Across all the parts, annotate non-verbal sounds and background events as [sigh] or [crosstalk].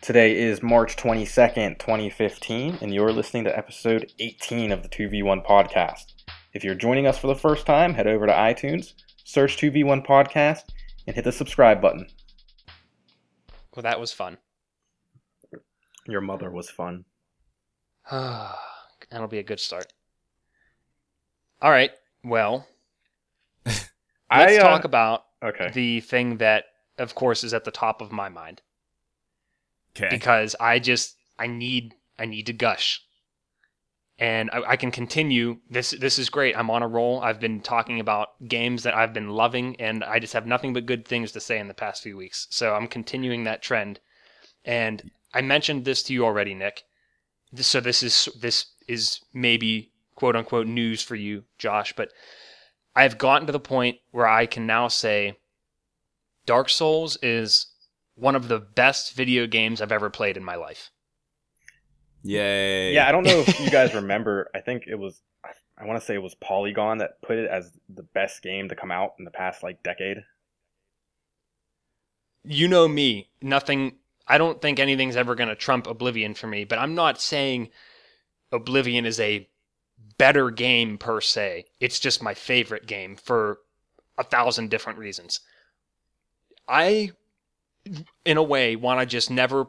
Today is March 22nd, 2015, and you're listening to episode 18 of the 2v1 podcast. If you're joining us for the first time, head over to iTunes, search 2v1 podcast, and hit the subscribe button. Well, that was fun. Your mother was fun. [sighs] That'll be a good start. All right. Well, let's I uh, talk about okay. the thing that, of course, is at the top of my mind Okay. because I just I need I need to gush, and I, I can continue. This this is great. I'm on a roll. I've been talking about games that I've been loving, and I just have nothing but good things to say in the past few weeks. So I'm continuing that trend, and I mentioned this to you already, Nick. This- So this is this is maybe quote unquote news for you, Josh, but I've gotten to the point where I can now say Dark Souls is one of the best video games I've ever played in my life. Yay. Yeah, I don't know if you guys remember. I think it was, I- I want to say it was Polygon that put it as the best game to come out in the past like decade. You know me, nothing, I don't think anything's ever going to trump Oblivion for me, but I'm not saying Oblivion is a better game per se. It's just my favorite game for a thousand different reasons. I, in a way, want to just never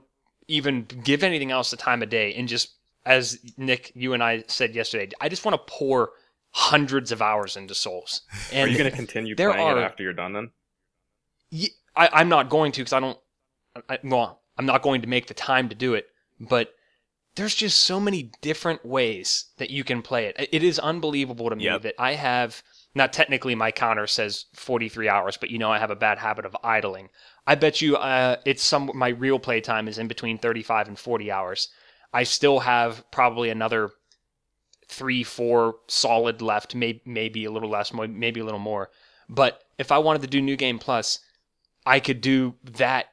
even give anything else the time of day and just, as Nick, you and I said yesterday, I just want to pour hundreds of hours into Souls. Are And you going to continue there playing are- it after you're done then? Ye- I, I'm not going to because I don't. I, well, I'm not going to make the time to do it. But there's just so many different ways that you can play it. It is unbelievable to me Yep. that I have. Not technically, my counter says 43 hours, but you know I have a bad habit of idling. I bet you uh, it's some my real play time is in between 35 and 40 hours. I still have probably another three, four solid left, may, maybe a little less, mo- maybe a little more. But if I wanted to do New Game Plus, I could do that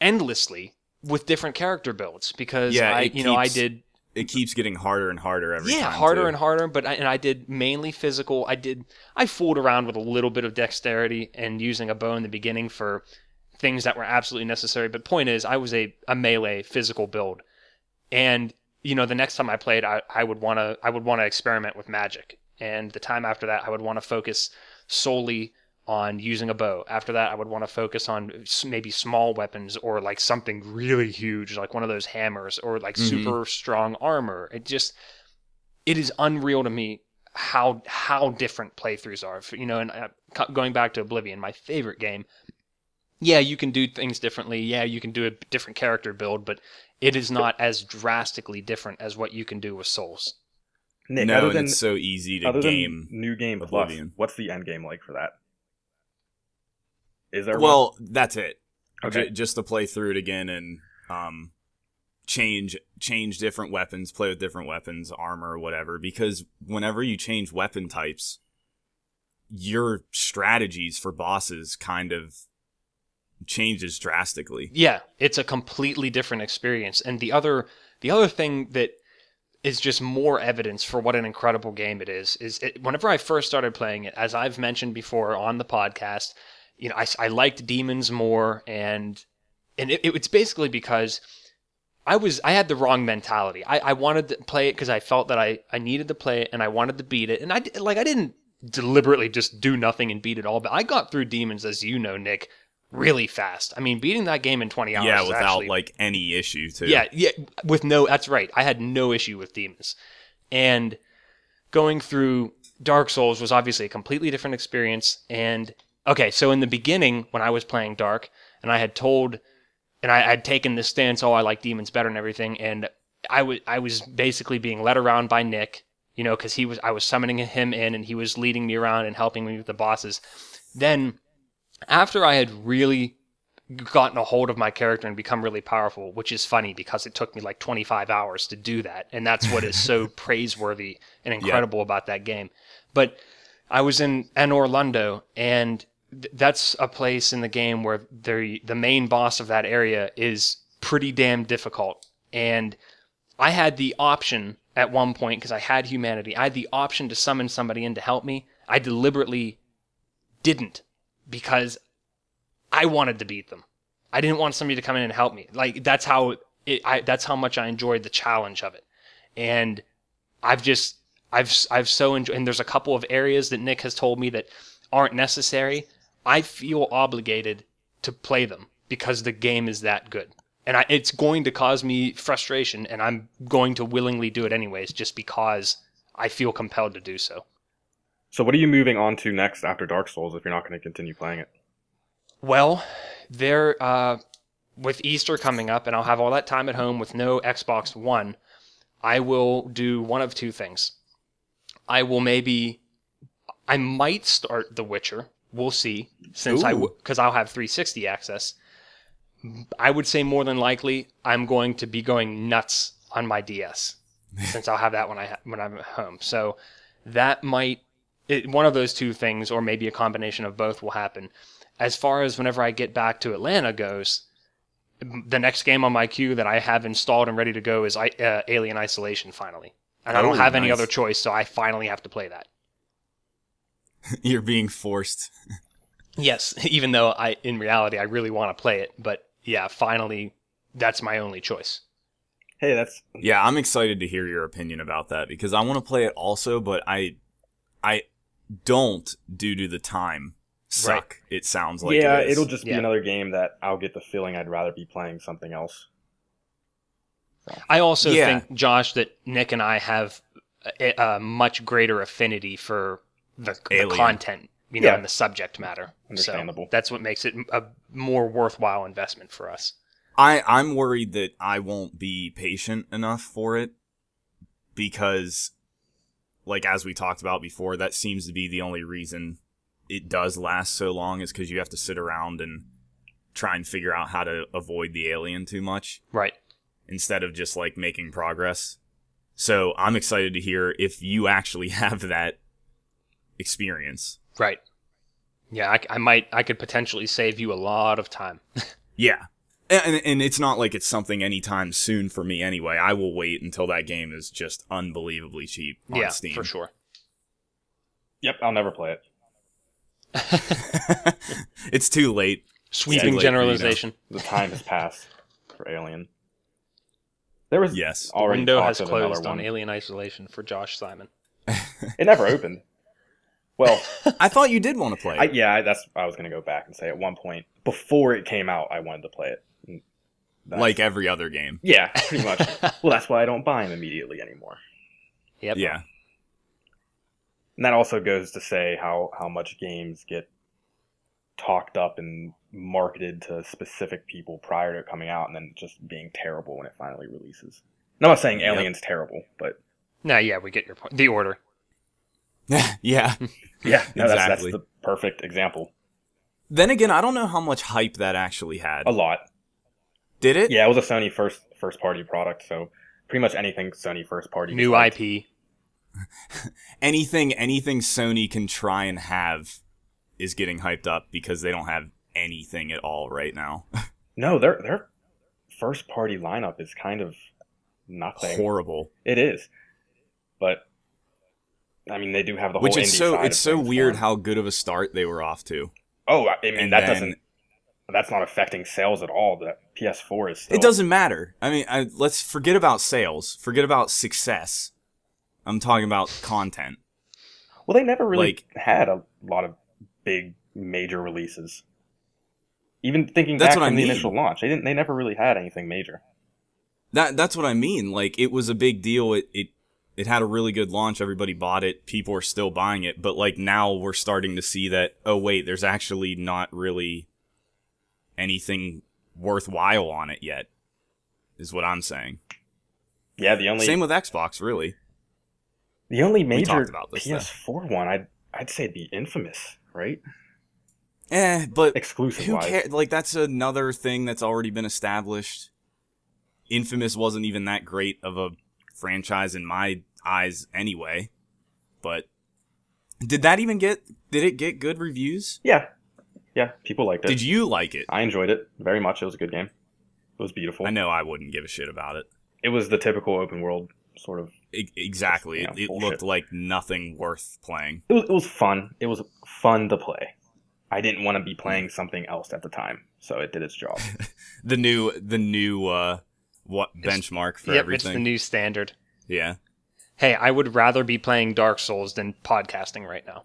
endlessly with different character builds because Yeah, I, it you know, I keeps did It keeps getting harder and harder every yeah time. harder too. and harder. But I, and I did mainly physical. I did I fooled around with a little bit of dexterity and using a bow in the beginning for things that were absolutely necessary. But point is, I was a, a melee physical build, and you know the next time I played, I, I would want to I would want to experiment with magic, and the time after that, I would want to focus solely on using a bow. After that, I would want to focus on s- maybe small weapons or like something really huge, like one of those hammers or like Mhm. super strong armor. It just it is unreal to me how how different playthroughs are. You know, and uh, co- going back to Oblivion, my favorite game. Yeah, you can do things differently. Yeah, you can do a different character build, but it is not as drastically different as what you can do with Souls. Nick, no, other and than it's so easy to other game. than new game Oblivion. plus, what's the end game like for that? Is there well, that's it. one? okay? Ju- just to play through it again and um, change change different weapons, play with different weapons, armor, whatever. Because whenever you change weapon types, your strategies for bosses kind of changes drastically. Yeah, it's a completely different experience. And the other the other thing that is just more evidence for what an incredible game it is is it, whenever I first started playing it, as I've mentioned before on the podcast, you know, I, s- I liked Demons more, and and it, it's basically because I was I had the wrong mentality. I, I wanted to play it because I felt that I I needed to play it and I wanted to beat it, and I d- like I didn't deliberately just do nothing and beat it all, but I got through Demons as you know, Nick. Really fast. I mean, beating that game in 20 hours. yeah, is without actually like any issue too. yeah, yeah, with no. That's right. I had no issue with demons, and going through Dark Souls was obviously a completely different experience. And okay, so in the beginning, when I was playing Dark, and I had told, and I had taken this stance, oh, I like demons better and everything, and I was I was basically being led around by Nick, you know, because he was I was summoning him in, and he was leading me around and helping me with the bosses. Then, after I had really gotten a hold of my character and become really powerful, which is funny because it took me like 25 hours to do that. And that's what is so praiseworthy and incredible about that game. But I was in an Orlando and th- that's a place in the game where the the main boss of that area is pretty damn difficult. And I had the option at one point because I had humanity. I had the option to summon somebody in to help me. I deliberately didn't because I wanted to beat them. I didn't want somebody to come in and help me. Like that's how it, I, that's how much I enjoyed the challenge of it. And I've just, I've, I've so enjoyed, and there's a couple of areas that Nick has told me that aren't necessary. I feel obligated to play them because the game is that good. And I, it's going to cause me frustration, and I'm going to willingly do it anyways, just because I feel compelled to do so. So what are you moving on to next after Dark Souls if you're not going to continue playing it? Well, there, uh, with Easter coming up, and I'll have all that time at home with no Xbox One, I will do one of two things. I will maybe, I might start The Witcher. We'll see, since I I, Ooh. because I'll have 360 access. I would say more than likely I'm going to be going nuts on my DS, since I'll have that when I ha- when I'm at home. So that might it, one of those two things, or maybe a combination of both, will happen. As far as whenever I get back to Atlanta goes, the next game on my queue that I have installed and ready to go is I, uh, Alien Isolation finally. And I don't Oh, have any nice. other choice, so I finally have to play that. [laughs] You're being forced. Yes, [laughs] even though I, in reality, I really want to play it, but yeah, finally, that's my only choice. Hey, that's Yeah, I'm excited to hear your opinion about that because I want to play it also, but I, I don't due to the time suck. It sounds like yeah. it is. It will just be Yeah. another game that I'll get the feeling I'd rather be playing something else. I also Yeah. think, Josh, that Nick and I have a, a much greater affinity for the, the Alien. content, you know, Yeah. and the subject matter. Understandable. So that's what makes it a more worthwhile investment for us. I I'm worried that I won't be patient enough for it because like as we talked about before that seems to be the only reason it does last so long is cuz you have to sit around and try and figure out how to avoid the alien too much Right. instead of just like making progress. So I'm excited to hear if you actually [laughs] have that experience. Right. Yeah, I, c- I might, I could potentially save you a lot of time. Yeah. And, and it's not like it's something anytime soon for me anyway. I will wait until that game is just unbelievably cheap on yeah, Steam. for sure. Yep, I'll never play it. [laughs] it's too late. Sweeping like, generalization. The time [laughs] has passed for Alien. There was Yes. already Window talk has of another closed on one. Alien Isolation for Josh Simon. It never [laughs] opened. Well, I thought you did want to play I, it. yeah, I- that's I was gonna go back and say at one point before it came out, I wanted to play it. And that's- like every other game. yeah, pretty much. well, that's why I don't buy them immediately anymore. Yep. Yeah. And that also goes to say how how much games get talked up and marketed to specific people prior to it coming out, and then just being terrible when it finally releases. And I'm not saying Yep. Alien's terrible, but No, yeah, we get your point. The order. yeah. [laughs] Hmm. yeah, no, that's, that's Exactly. the perfect example. Then again, I don't know how much hype that actually had. A lot. Did it? Yeah, it was a Sony first first party product, so pretty much anything Sony first party. New IP. IP. Anything anything Sony can try and have is getting hyped up because they don't have anything at all right now. No, their their first party lineup is kind of nothing. Horrible. It is, but I mean, they do have the Which whole is indie so side it's of so things weird going. how good of a start they were off to. Oh, I I mean, and that then- doesn't that's not affecting sales at all. That PS4 is still, It doesn't matter. I mean, I, let's forget about sales. Forget about success. I'm talking about content. Well, they never really like- had a lot of big major releases. Even thinking That's back what I from the mean. initial launch, they didn't. They never really had anything major. That that's what I mean. Like it was a big deal. It it it had a really good launch. Everybody bought it. People are still buying it. But like now we're starting to see that. Oh wait, there's actually not really anything worthwhile on it yet. Is what I'm saying. Yeah, the only Same with Xbox, really. the only major talked about this, though. PS4 one, I'd I'd say it'd be Infamous, right? Eh, but Exclusive who wise. cares? Like that's another thing that's already been established. Infamous wasn't even that great of a franchise in my eyes, anyway. But did that even get? Did it get good reviews? Yeah, yeah, people liked it. Did you like it? I enjoyed it very much. It was a good game. It was beautiful. I know I wouldn't give a shit about it. It was the typical open world sort of. E- exactly. Yeah, it it bullshit. looked like nothing worth playing. It was, it was fun. It was fun to play. I didn't want to be playing something else at the time, so it did its job. The new, the new, uh, what benchmark for yep, it's the everything. new standard. [laughs] yeah. Hey, I would rather be playing Dark Souls than podcasting right now.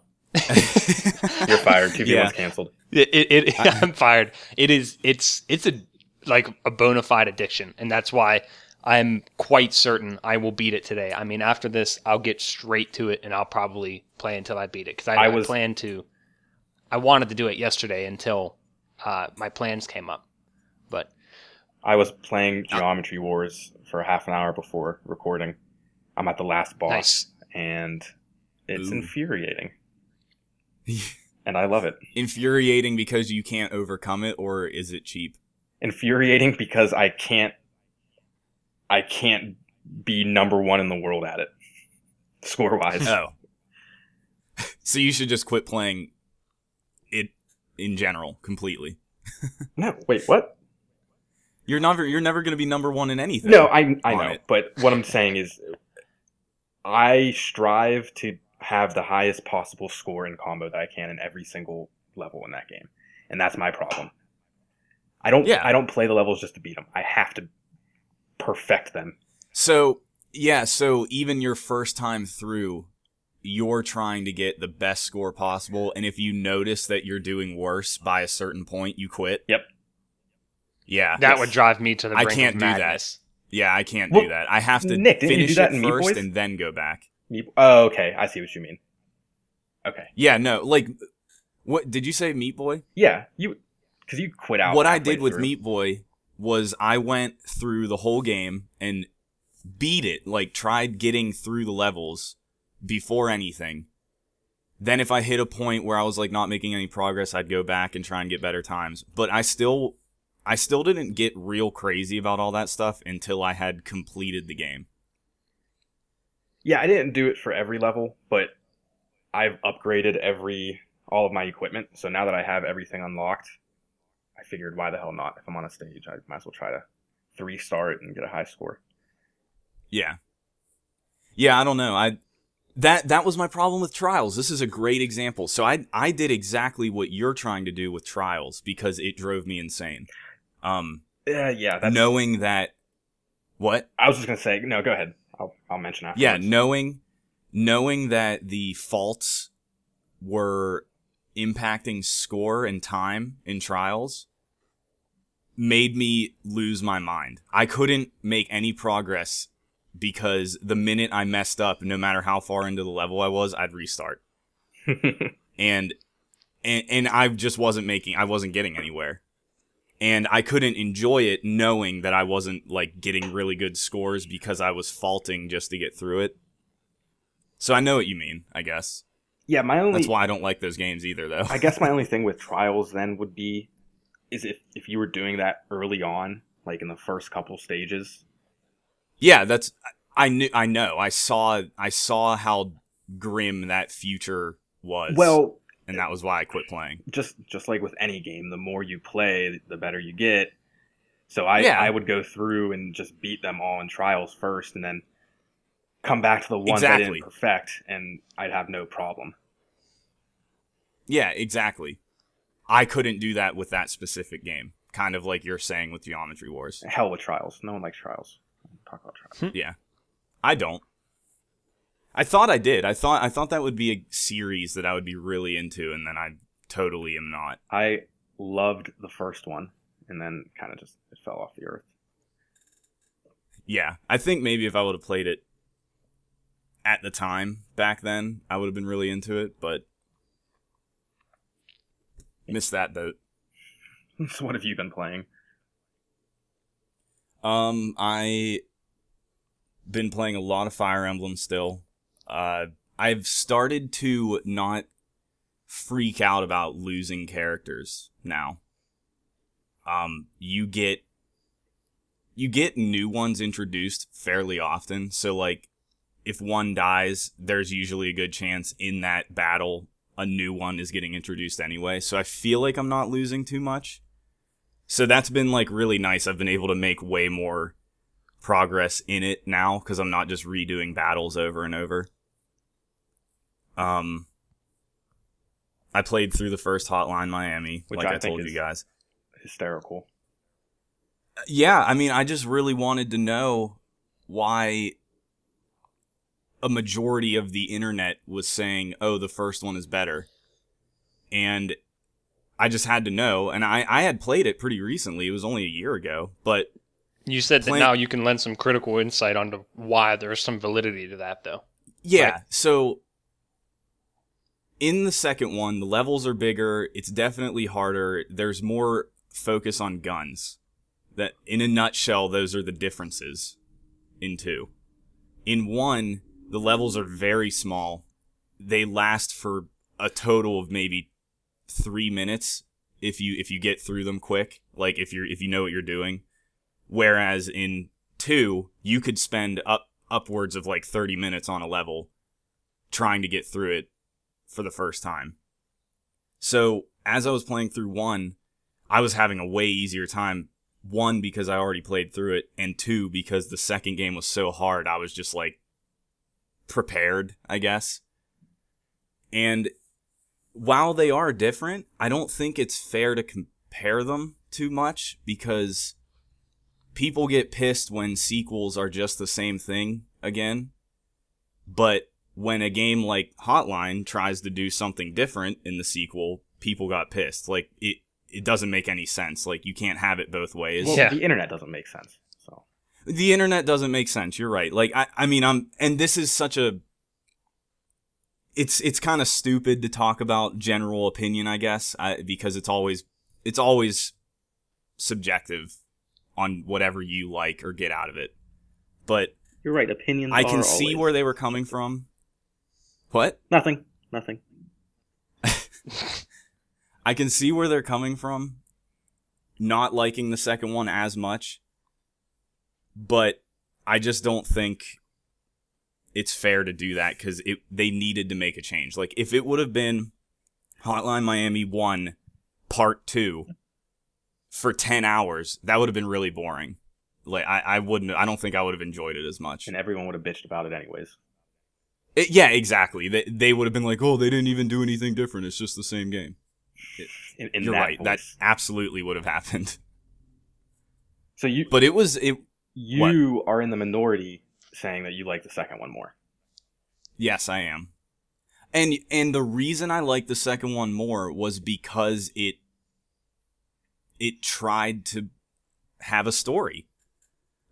You're fired. TV Yeah. one's canceled. It, it, it [laughs] I'm fired. It is. It's it's a like a bona fide addiction, and that's why I'm quite certain I will beat it today. I mean, after this, I'll get straight to it, and I'll probably play until I beat it because I, I I, was- plan to. I wanted to do it yesterday until uh, my plans came up, but I was playing Geometry Wars for half an hour before recording. I'm at the last boss, nice. and it's Ooh. [laughs] infuriating. and I love it. Infuriating because you can't overcome it, or is it cheap? Infuriating because I can't. I can't be number one in the world at it, [laughs] score [laughs] wise. Oh. so you should just quit playing it in general completely. no, wait, what? You're never you're never gonna be number one in anything. No, I I On know, it. but what I'm saying is, I strive to have the highest possible score in combo that I can in every single level in that game, and that's my problem. I don't Yeah. I don't play the levels just to beat them. I have to perfect them. So yeah, so even your first time through, you're trying to get the best score possible, and if you notice that you're doing worse by a certain point, you quit. Yep. Yeah. That would drive me to the I brink can't of do that. madness. yeah, I can't Well, do that. I have to Nick, didn't you do finish that in it Meat first Boys? and then go back. You- Oh, okay, I see what you mean. Okay, Yeah, no, like what did you say Meat Boy? yeah, you because you quit out. what I halfway did with through. Meat Boy was I went through the whole game and beat it, like tried getting through the levels before anything. Then if I hit a point where I was like not making any progress, I'd go back and try and get better times. But I still I still didn't get real crazy about all that stuff until I had completed the game. Yeah, I didn't do it for every level, but I've upgraded every all of my equipment. So now that I have everything unlocked, I figured why the hell not? If I'm on a stage, I might as well try to three star it and get a high score. Yeah. Yeah, I don't know. I that that was my problem with trials. This is a great example. So I I did exactly what you're trying to do with trials because it drove me insane. Um Yeah, yeah. That's, knowing that what? I was just gonna say no. Go ahead. I'll I'll mention after. Yeah, knowing knowing that the faults were impacting score and time in trials made me lose my mind. I couldn't make any progress because the minute I messed up, no matter how far into the level I was, I'd restart. and and and I just wasn't making I wasn't getting anywhere. And I couldn't enjoy it knowing that I wasn't like getting really good scores because I was faulting just to get through it. So I know what you mean, I guess. [laughs] yeah. My only That's why I don't like those games either though. I guess my only thing with trials then would be is if if you were doing that early on, like in the first couple stages. Yeah, that's I knew I know. I saw I saw how grim that future was. Well, and that was why I quit playing. just just like with any game, the more you play, the better you get. So I Yeah. I would go through and just beat them all in trials first, and then come back to the ones I Exactly. didn't perfect, and I'd have no problem. Yeah, exactly. I couldn't do that with that specific game. Kind of like you're saying with Geometry Wars. Hell with trials. No one likes trials. Talk about trials. I don't. I thought I did. I thought I thought that would be a series that I would be really into and then I totally am not. I loved the first one, and then kind of just it fell off the earth. [laughs] Yeah. I think maybe if I would have played it at the time back then, I would have been really into it, but missed that boat. so what have you been playing? Um, I been playing a lot of Fire Emblem still. Uh, I've started to not freak out about losing characters now. Um, you get you get new ones introduced fairly often, so like if one dies, there's usually a good chance in that battle a new one is getting introduced anyway. So I feel like I'm not losing too much. So that's been like really nice. I've been able to make way more progress in it now because I'm not just redoing battles over and over. Um, I played through the first Hotline Miami, Which like I I, think told is- you guys. Hysterical. yeah, I mean, I just really wanted to know why a majority of the internet was saying, "Oh, the first one is better," and I just had to know. And I I had played it pretty recently; it was only a year ago, but You said that Plan- now you can lend some critical insight onto why there's some validity to that, though. Yeah. So in the second one, the levels are bigger. It's definitely harder. There's more focus on guns. That in a nutshell, those are the differences in two. In one, the levels are very small. They last for a total of maybe three minutes if you if you get through them quick. Like if you're if you know what you're doing. Whereas in two, you could spend up upwards of like 30 minutes on a level trying to get through it for the first time. So as I was playing through one, I was having a way easier time. One, because I already played through it, and two, because the second game was so hard, I was just like prepared, I guess. And while they are different, I don't think it's fair to compare them too much because people get pissed when sequels are just the same thing again. But when a game like Hotline tries to do something different in the sequel, people got pissed. Like it it doesn't make any sense. Like you can't have it both ways. Well, Yeah. the internet doesn't make sense. So The internet doesn't make sense. You're right. Like I I mean I'm and this is such a it's it's kind of stupid to talk about general opinion, I guess, I, because it's always it's always subjective on whatever you like or get out of it. But you're right. Opinions. I can are see always- where they were coming from. What? Nothing. Nothing. I can see where they're coming from. Not liking the second one as much. But I just don't think it's fair to do that because it they needed to make a change. Like if it would have been Hotline Miami one part two for ten hours, that would have been really boring. Like I, I wouldn't I don't think I would have enjoyed it as much. And everyone would have bitched about it anyways. It- yeah, exactly. They, they would have been like, oh, they didn't even do anything different. It's just the same game. In, in You're that right. That voice. absolutely would have happened. So you But it was it. you are in the minority saying that you like the second one more. Yes, I am. And and the reason I liked the second one more was because it it tried to have a story.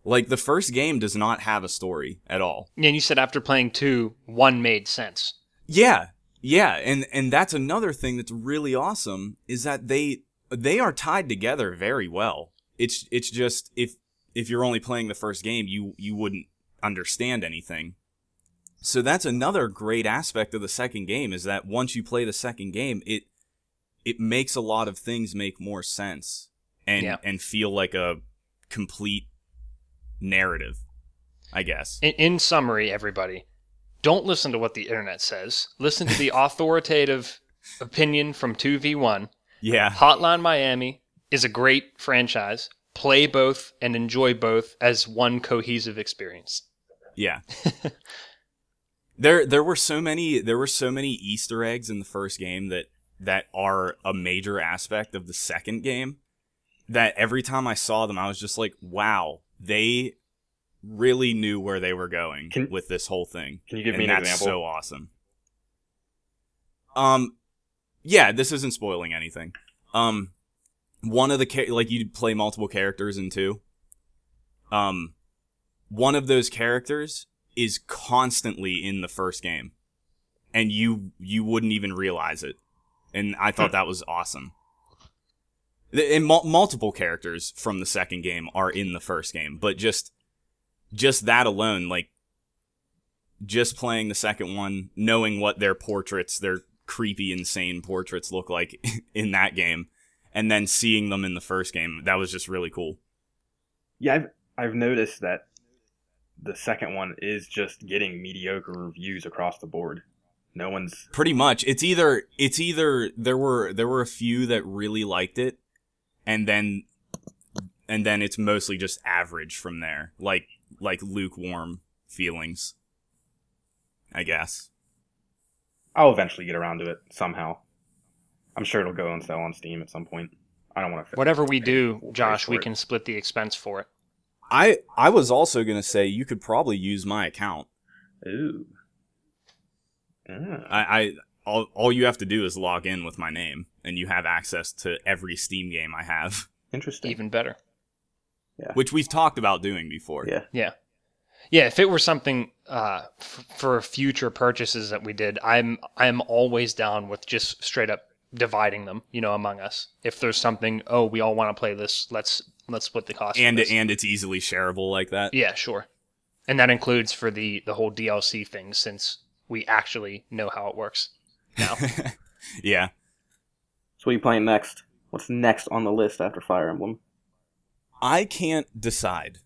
Like the first game does not have a story at all. And you said after playing two, one made sense. Yeah. Yeah, and and that's another thing that's really awesome is that they they are tied together very well. It's it's just if if you're only playing the first game, you you wouldn't understand anything. So that's another great aspect of the second game is that once you play the second game, it it makes a lot of things make more sense and Yeah. and feel like a complete narrative, I guess. In, in summary, everybody, don't listen to what the internet says. Listen to the [laughs] authoritative opinion from 2v1. Yeah. Hotline Miami is a great franchise. Play both and enjoy both as one cohesive experience. Yeah. there there were so many there were so many Easter eggs in the first game that that are a major aspect of the second game that every time I saw them I was just like, wow, they really knew where they were going Can- with this whole thing. Can you give and me an that's example? so awesome. Um yeah, this isn't spoiling anything. Um one of the cha- like you play multiple characters in two. Um one of those characters is constantly in the first game and you you wouldn't even realize it and i thought that was awesome Th- and mul- multiple characters from the second game are in the first game but just just that alone like just playing the second one knowing what their portraits their creepy insane portraits look like [laughs] in that game and then seeing them in the first game that was just really cool Yeah, I've I've noticed that the second one is just getting mediocre reviews across the board. No one's pretty much it's either it's either there were there were a few that really liked it and then and then it's mostly just average from there like like lukewarm feelings i guess I'll eventually get around to it somehow. I'm sure it'll go on sale on Steam at some point. I don't want to. Whatever we do, We'll pay Josh, for we it. can split the expense for it. I I was also gonna say you could probably use my account. Ooh. Ah. I, I all all you have to do is log in with my name, and you have access to every Steam game I have, [laughs] Interesting. Even better. which we've talked about doing before. Yeah. Yeah, if it were something uh, f- for future purchases that we did, I'm I'm always down with just straight up dividing them, you know, among us. If there's something, oh, we all want to play this, let's let's split the cost. for And this. and it's easily shareable like that. [laughs] yeah, sure, and that includes for the the whole DLC thing, since we actually know how it works. yeah. So what are you playing next? What's next on the list after Fire Emblem? I can't decide.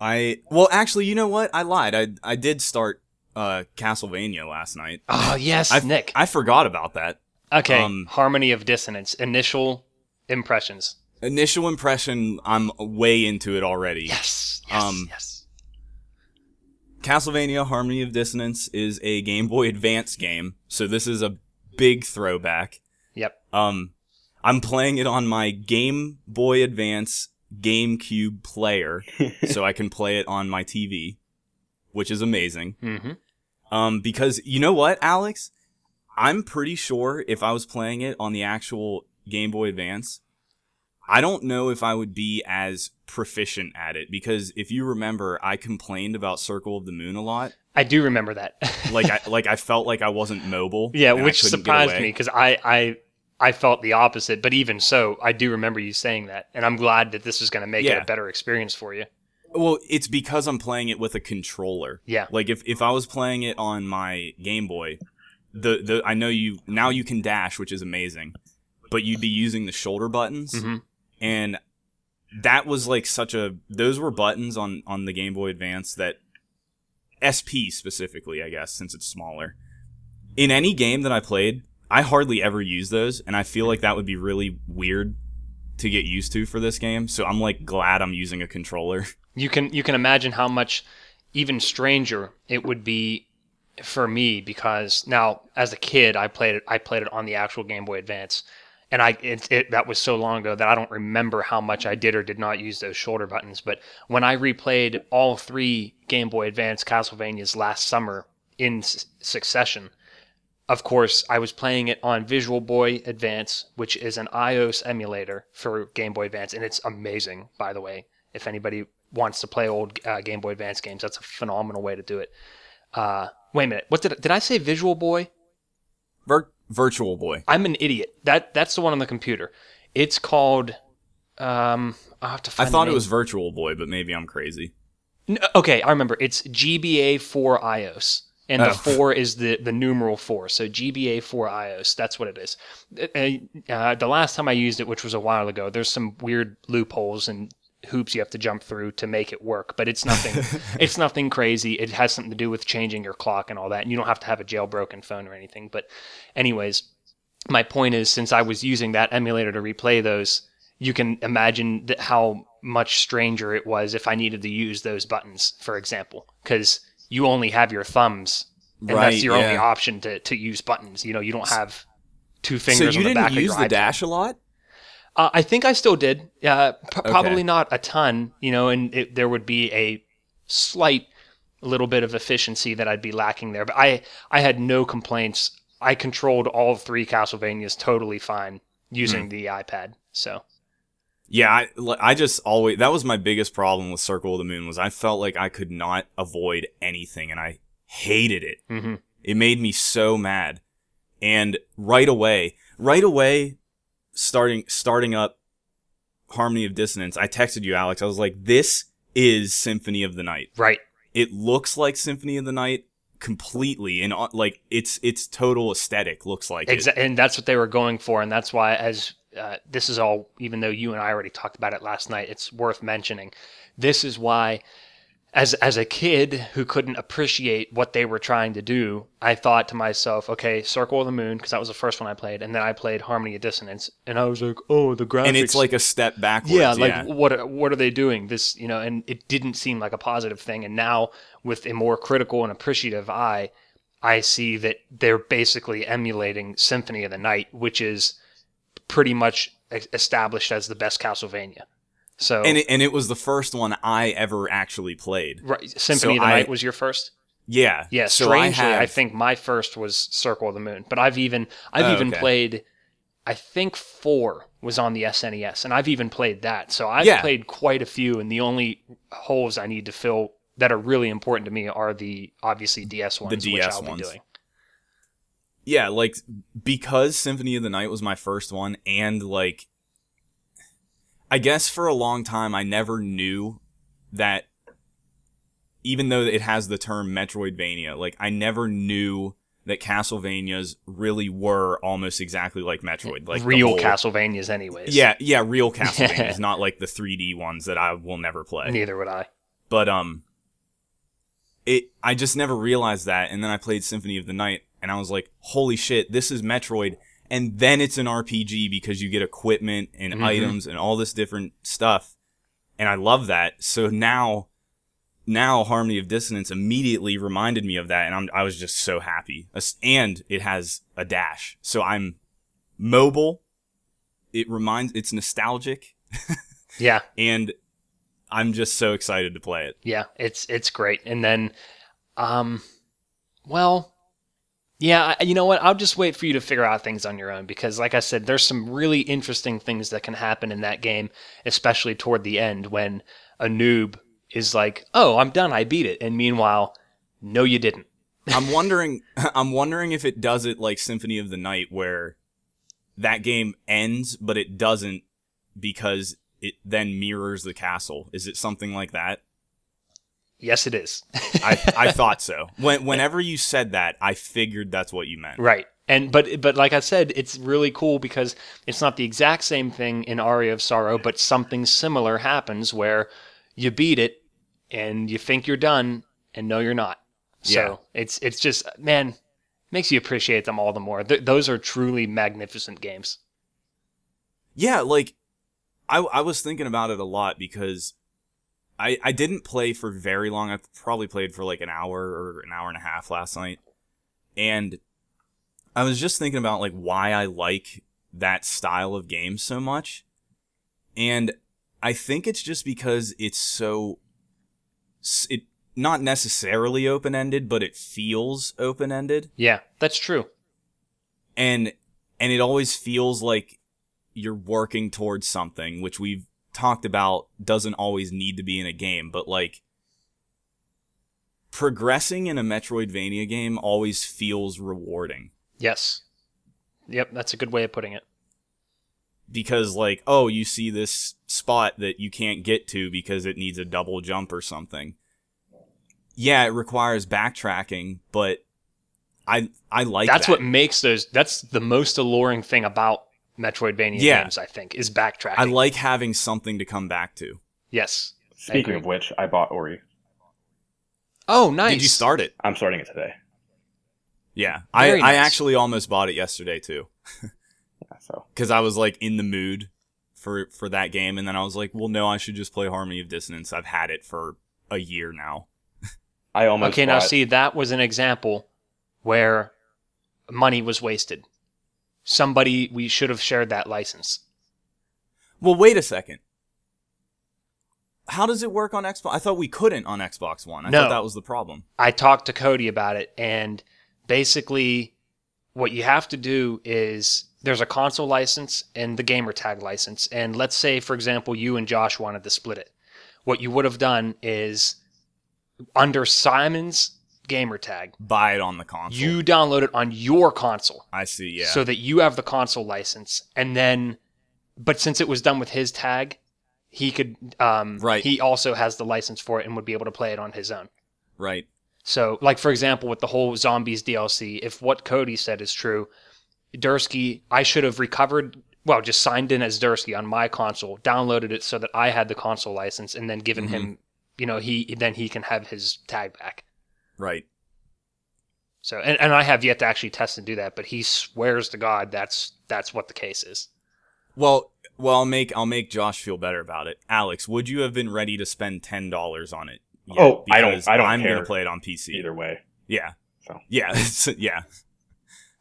I well, actually, you know what? I lied. I I did start uh Castlevania last night. Oh yes, I've- Nick. I forgot about that. okay, um, harmony of dissonance. Initial impressions. Initial impression, I'm way into it already. Yes. Yes. Um, yes. Castlevania Harmony of Dissonance is a Game Boy Advance game, so this is a big throwback. Yep. Um, I'm playing it on my Game Boy Advance [laughs] GameCube player, so I can play it on my TV, which is amazing. Mm-hmm. Um, because you know what, Alex, I'm pretty sure if I was playing it on the actual Game Boy Advance, I don't know if I would be as proficient at it. Because if you remember, I complained about Circle of the Moon a lot. I do remember that. [laughs] Like I like I felt like I wasn't mobile. Yeah, and I which couldn't get surprised away. me because I, I I felt the opposite. But even so, I do remember you saying that, and I'm glad that this is going to make it Yeah. a better experience for you. Well, it's because I'm playing it with a controller. Yeah. Like if, if I was playing it on my Game Boy, the the I know you now you can dash, which is amazing, but you'd be using the shoulder buttons, hmm and that was like such a those were buttons on on the Game Boy Advance that SP specifically, I guess, since it's smaller. In any game that I played, I hardly ever use those, and I feel like that would be really weird to get used to for this game. So I'm like glad I'm using a controller. You can you can imagine how much even stranger it would be for me because now as a kid I played it I played it on the actual Game Boy Advance. And I it, it that was so long ago that I don't remember how much I did or did not use those shoulder buttons. But when I replayed all three Game Boy Advance Castlevanias last summer in s- succession, of course, I was playing it on Visual Boy Advance, which is an iOS emulator for Game Boy Advance, and it's amazing, by the way. If anybody wants to play old uh, Game Boy Advance games, that's a phenomenal way to do it. Uh, wait a minute, what did I, did I say? Visual Boy? Vir- Virtual Boy. I'm an idiot. That that's the one on the computer. It's called. Um, I have to. I Find the thought it name. was Virtual Boy, but maybe I'm crazy. N- uh, okay, I remember. It's GBA for iOS, and the Oh. four is the the numeral four. So GBA for iOS. That's what it is. Uh, uh, the last time I used it, which was a while ago, there's some weird loopholes and hoops you have to jump through to make it work, but it's nothing. it's nothing crazy. It has something to do with changing your clock and all that, and you don't have to have a jailbroken phone or anything. But, anyways, my point is since I was using that emulator to replay those, you can imagine that how much stranger it was if I needed to use those buttons, for example, because you only have your thumbs, and that's your only option to, to use buttons. You know, you don't have two fingers so you on the didn't back use of the your iPad. dash a lot? Uh, I think I still did. Uh, p- Okay. Probably not a ton, you know, and it, there would be a slight little bit of efficiency that I'd be lacking there. But I, I had no complaints. I controlled all three Castlevanias totally fine Hmm. using the iPad. So Yeah, I, li- I just always that was my biggest problem with Circle of the Moon was I felt like I could not avoid anything and I hated it. mhm. It made me so mad. And right away, right away starting starting up Harmony of Dissonance, I texted you Alex. I was like this is Symphony of the Night. right, It looks like Symphony of the Night completely and uh, like its its total aesthetic looks like it. Exa- and that's what they were going for, and that's why as uh, this is all, even though you and I already talked about it last night, it's worth mentioning. This is why, as as a kid who couldn't appreciate what they were trying to do, I thought to myself, okay, Circle of the Moon, because that was the first one I played, and then I played Harmony of Dissonance, and I was like, oh, the graphics, and it's like a step backwards. yeah, like what are- what are they doing? This, you know, and it didn't seem like a positive thing. And now, with a more critical and appreciative eye, I see that they're basically emulating Symphony of the Night, which is pretty much e- established as the best Castlevania. So and it, and it was the first one I ever actually played. right, Symphony of so the I- Night was your first. Yeah, Yeah, So strangely, I, have- think my first was Circle of the Moon, but I've even I've Oh, even okay. played. I think four was on the SNES, and I've even played that. So I've Yeah. played quite a few, and the only holes I need to fill that are really important to me are the obviously DS ones, which DS I'll ones. be doing. yeah, like because Symphony of the Night was my first one, and like I guess for a long time I never knew that even though it has the term Metroidvania, like I never knew that Castlevanias really were almost exactly like Metroid, like the Real whole- Castlevanias, anyways. Yeah, yeah, real Castlevanias, not like the 3D ones that I will never play neither would I. but um it i just never realized that and then i played symphony of the night and i was like holy shit this is metroid and then it's an rpg because you get equipment and Mhm. items and all this different stuff and i love that so now now harmony of dissonance immediately reminded me of that and I'm, i was just so happy As- and it has a dash so i'm mobile it reminds it's nostalgic Yeah, and i'm just so excited to play it yeah, it's it's great. And then, um, well, yeah, I, you know what? I'll just wait for you to figure out things on your own because, like I said, there's some really interesting things that can happen in that game, especially toward the end when a noob is like, "Oh, I'm done. I beat it," and meanwhile, no, you didn't. I'm wondering. [laughs] I'm wondering if it does it like Symphony of the Night, where that game ends, but it doesn't because it then mirrors the castle. Is it something like that? Yes, it is. I, I thought so. When, whenever you said that, I figured that's what you meant. Right. And but but like I said, it's really cool because it's not the exact same thing in Aria of Sorrow, but something similar happens where you beat it and you think you're done and no you're not. So Yeah. it's it's just man makes you appreciate them all the more. Th- those are truly magnificent games. Yeah, like I I was thinking about it a lot because I I didn't play for very long. I probably played for like an hour or an hour and a half last night. And I was just thinking about like why I like that style of game so much. And I think it's just because it's so s- it not necessarily open-ended, but it feels open-ended Yeah, that's true. and and it always feels like you're working towards something which we've talked about doesn't always need to be in a game but like progressing in a metroidvania game always feels rewarding Yes. Yep, that's a good way of putting it. because like oh you see this spot that you can't get to because it needs a double jump or something yeah it requires backtracking but i i like that's that. what makes those that's the most alluring thing about Metroidvania Yeah. games, I think, is backtracking. i like having something to come back to yes. [laughs] Speaking agree. of which, I bought Ori. Oh, nice. did you start it I'm starting it today. Yeah, I, Very I nice. actually almost bought it yesterday too, Yeah, so because I was like in the mood for for that game, and then I was like, well, no, I should just play Harmony of Dissonance. I've had it for a year now. I almost Okay, now bought- see, that was an example where money was wasted. Somebody, we should have shared that license. Well, wait a second. How does it work on Xbox? I thought we couldn't on Xbox One. I No. thought that was the problem. I talked to Cody about it, and basically, what you have to do is there's a console license and the gamer tag license. And let's say, for example, you and Josh wanted to split it. What you would have done is under Simon's gamer tag, Buy it on the console. you download it on your console. I see. Yeah. so that you have the console license and then but since it was done with his tag he could um Right. he also has the license for it and would be able to play it on his own right. so like for example with the whole zombies dlc if what cody said is true dursky i should have recovered well just signed in as dursky on my console downloaded it so that i had the console license and then given Mhm. him you know he then he can have his tag back Right. so and, and i have yet to actually test and do that but he swears to god that's that's what the case is Well. Well, I'll make I'll make Josh feel better about it. Alex, would you have been ready to spend ten dollars on it? yet? Oh, I don't- I don't I'm care gonna play it on PC. either way. Yeah. [laughs] So. Yeah. yeah.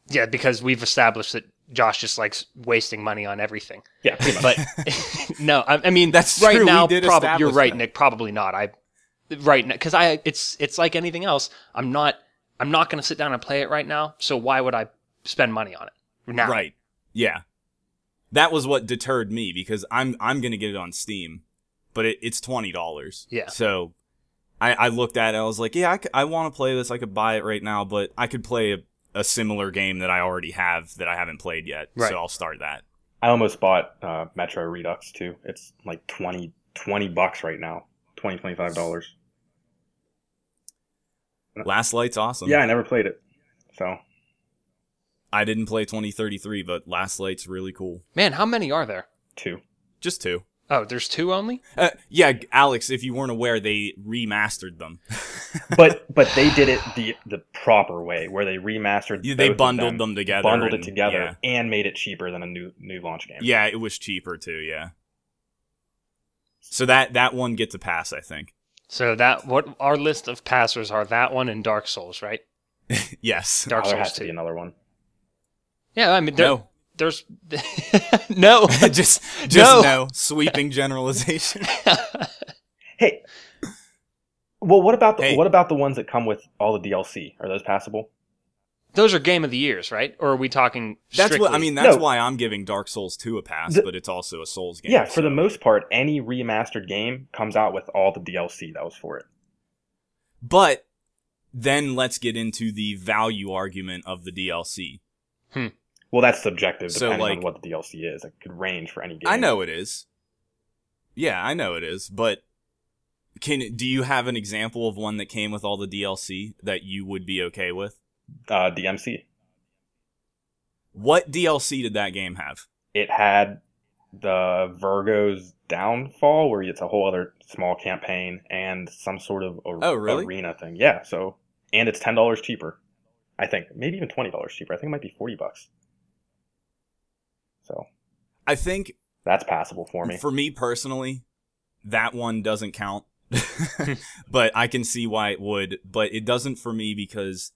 Yeah, because we've established that Josh just likes wasting money on everything. Yeah, pretty much. But [laughs] no, I, I mean That's right true, we now. did prob- you're establish right, that. Nick. Probably not. I right because I it's it's like anything else. I'm not I'm not going to sit down and play it right now. So why would I spend money on it now? Right. Yeah. That was what deterred me because I'm I'm gonna get it on Steam, but it, it's twenty dollars. Yeah. So I, I looked at it. I was like, yeah, I, want to play this. I could buy it right now, but I could play a, a similar game that I already have that I haven't played yet. Right. So I'll start that. I almost bought uh, Metro Redux too. It's like 20, 20 bucks right now. 20 25 dollars. Last Light's awesome. Yeah, I never played it. So I didn't play 2033, but Last Light's really cool. Man, how many are there? two. Just two. Oh, there's two only. Uh, yeah, Alex, if you weren't aware, they [laughs] remastered them. But but they did it the the proper way where they remastered. Yeah, they both of bundled them, together. bundled and- it together, and made it cheaper than a new new launch game. Yeah. yeah, it was cheaper too. Yeah. So that that one gets a pass, I think. [laughs] So that what our list of passers are that one and Dark Souls, right? Yes. Oh, Dark there Souls has to be two. another one. Yeah, I mean there, No. [laughs] there's [laughs] no. [laughs] just just No. no. [laughs] sweeping [laughs] generalization. Hey. Well, what about the Hey. what about the ones that come with all the DLC? Are those passable? Those are game of the years, right? Or are we talking? That's what I strictly- mean. That's No. why I'm giving Dark Souls 2 a pass, The- but it's also a Souls game. Yeah, for the so- most part, any remastered game comes out with all the DLC that was for it. But then let's get into the value argument of the DLC. Well, that's subjective, So, depending on like- what the DLC is. It could range for any game. I know it is. Yeah, I know it is. But can do you have an example of one that came with all the DLC that you would be okay with? Uh, DMC. What DLC did that game have? It had the Virgo's downfall, where it's a whole other small campaign and some sort of a- Oh, really? arena thing. Yeah. So, and it's ten dollars cheaper. I think maybe even twenty dollars cheaper. I think it might be forty bucks. So I think that's passable for me. for me personally, that one doesn't [laughs] count. [laughs] but I can see why it would, but it doesn't for me because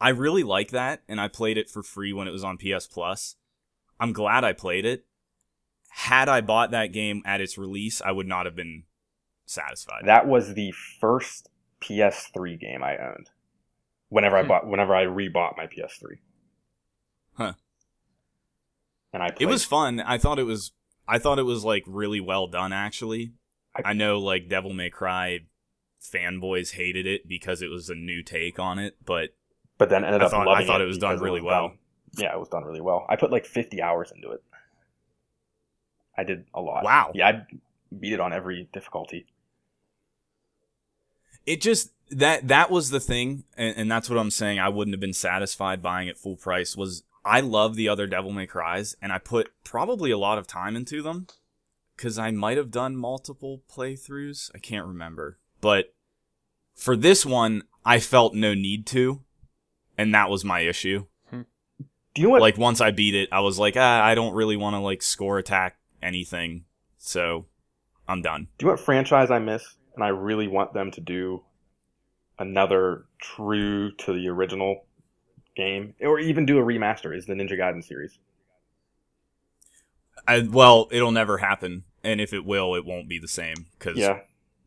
I really like that and I played it for free when it was on PS Plus. I'm glad I played it. Had I bought that game at its release, I would not have been satisfied. That was the first PS3 game I owned. Whenever I Hmm. bought, whenever I rebought my PS3. Huh. And I played, it was fun. I thought it was I thought it was like really well done actually. I- I know like Devil May Cry fanboys hated it because it was a new take on it, but but then ended I up thought- I loving thought it it was done because really well. done- Yeah, it was done really well. I put like 50 hours into it. I did a lot. wow. Yeah, I beat it on every difficulty. it just that that was the thing and, and that's what i'm saying i wouldn't have been satisfied buying at full price was i love the other devil may cries and i put probably a lot of time into them because i might have done multiple playthroughs i can't remember but for this one i felt no need to and that was my issue Do you know what? like once i beat it i was like ah, i don't really want to like score attack anything so i'm done do you know what franchise I miss? And I really want them to do another true to the original game, or even do a remaster. Is the Ninja Gaiden series? I, well it'll never happen and if it will it won't be the same because Yeah,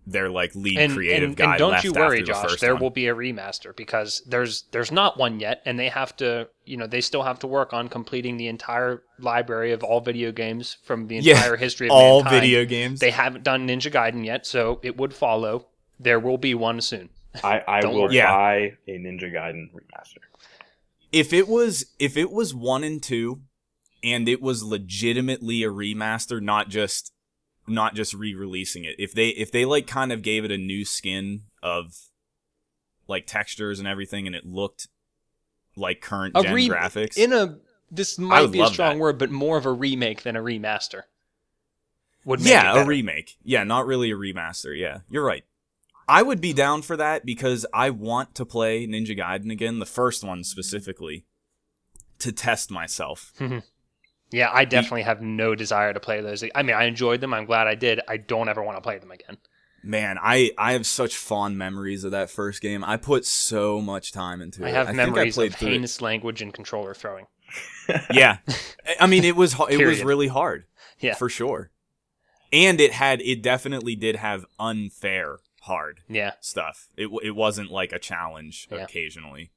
their like lead and, creative and, guy and don't left you worry, after the Josh. first there one. will be a remaster because there's there's not one yet, and they have to you know they still have to work on completing the entire library of all video games from the Yeah, entire history of all mankind. video games. They haven't done Ninja Gaiden yet, so it would follow. There will be one soon. I, I Don't will worry. Yeah. buy a Ninja Gaiden remaster. if it was if it was one and two, and it was legitimately a remaster, not just not just re-releasing it. If they if they like kind of gave it a new skin of like textures and everything, and it looked like current A gen re- graphics. in a this I might would be a love strong that. word, but more of a remake than a remaster. Would make it yeah, a better. remake. Yeah, not really a remaster. Yeah, you're right. I would be down for that because I want to play Ninja Gaiden again, the first one specifically, to test myself. Yeah, I definitely have no desire to play those. I mean, I enjoyed them. I'm glad I did. I don't ever want to play them again. Man, I I have such fond memories of that first game. I put so much time into I it. have think memories I played of through it- heinous language and controller throwing. [laughs] yeah. I- I mean, it was ho- it was Period. really hard. Yeah. for sure. And it had it definitely did have unfair hard Yeah. stuff. It w- it wasn't like a challenge Yeah. occasionally.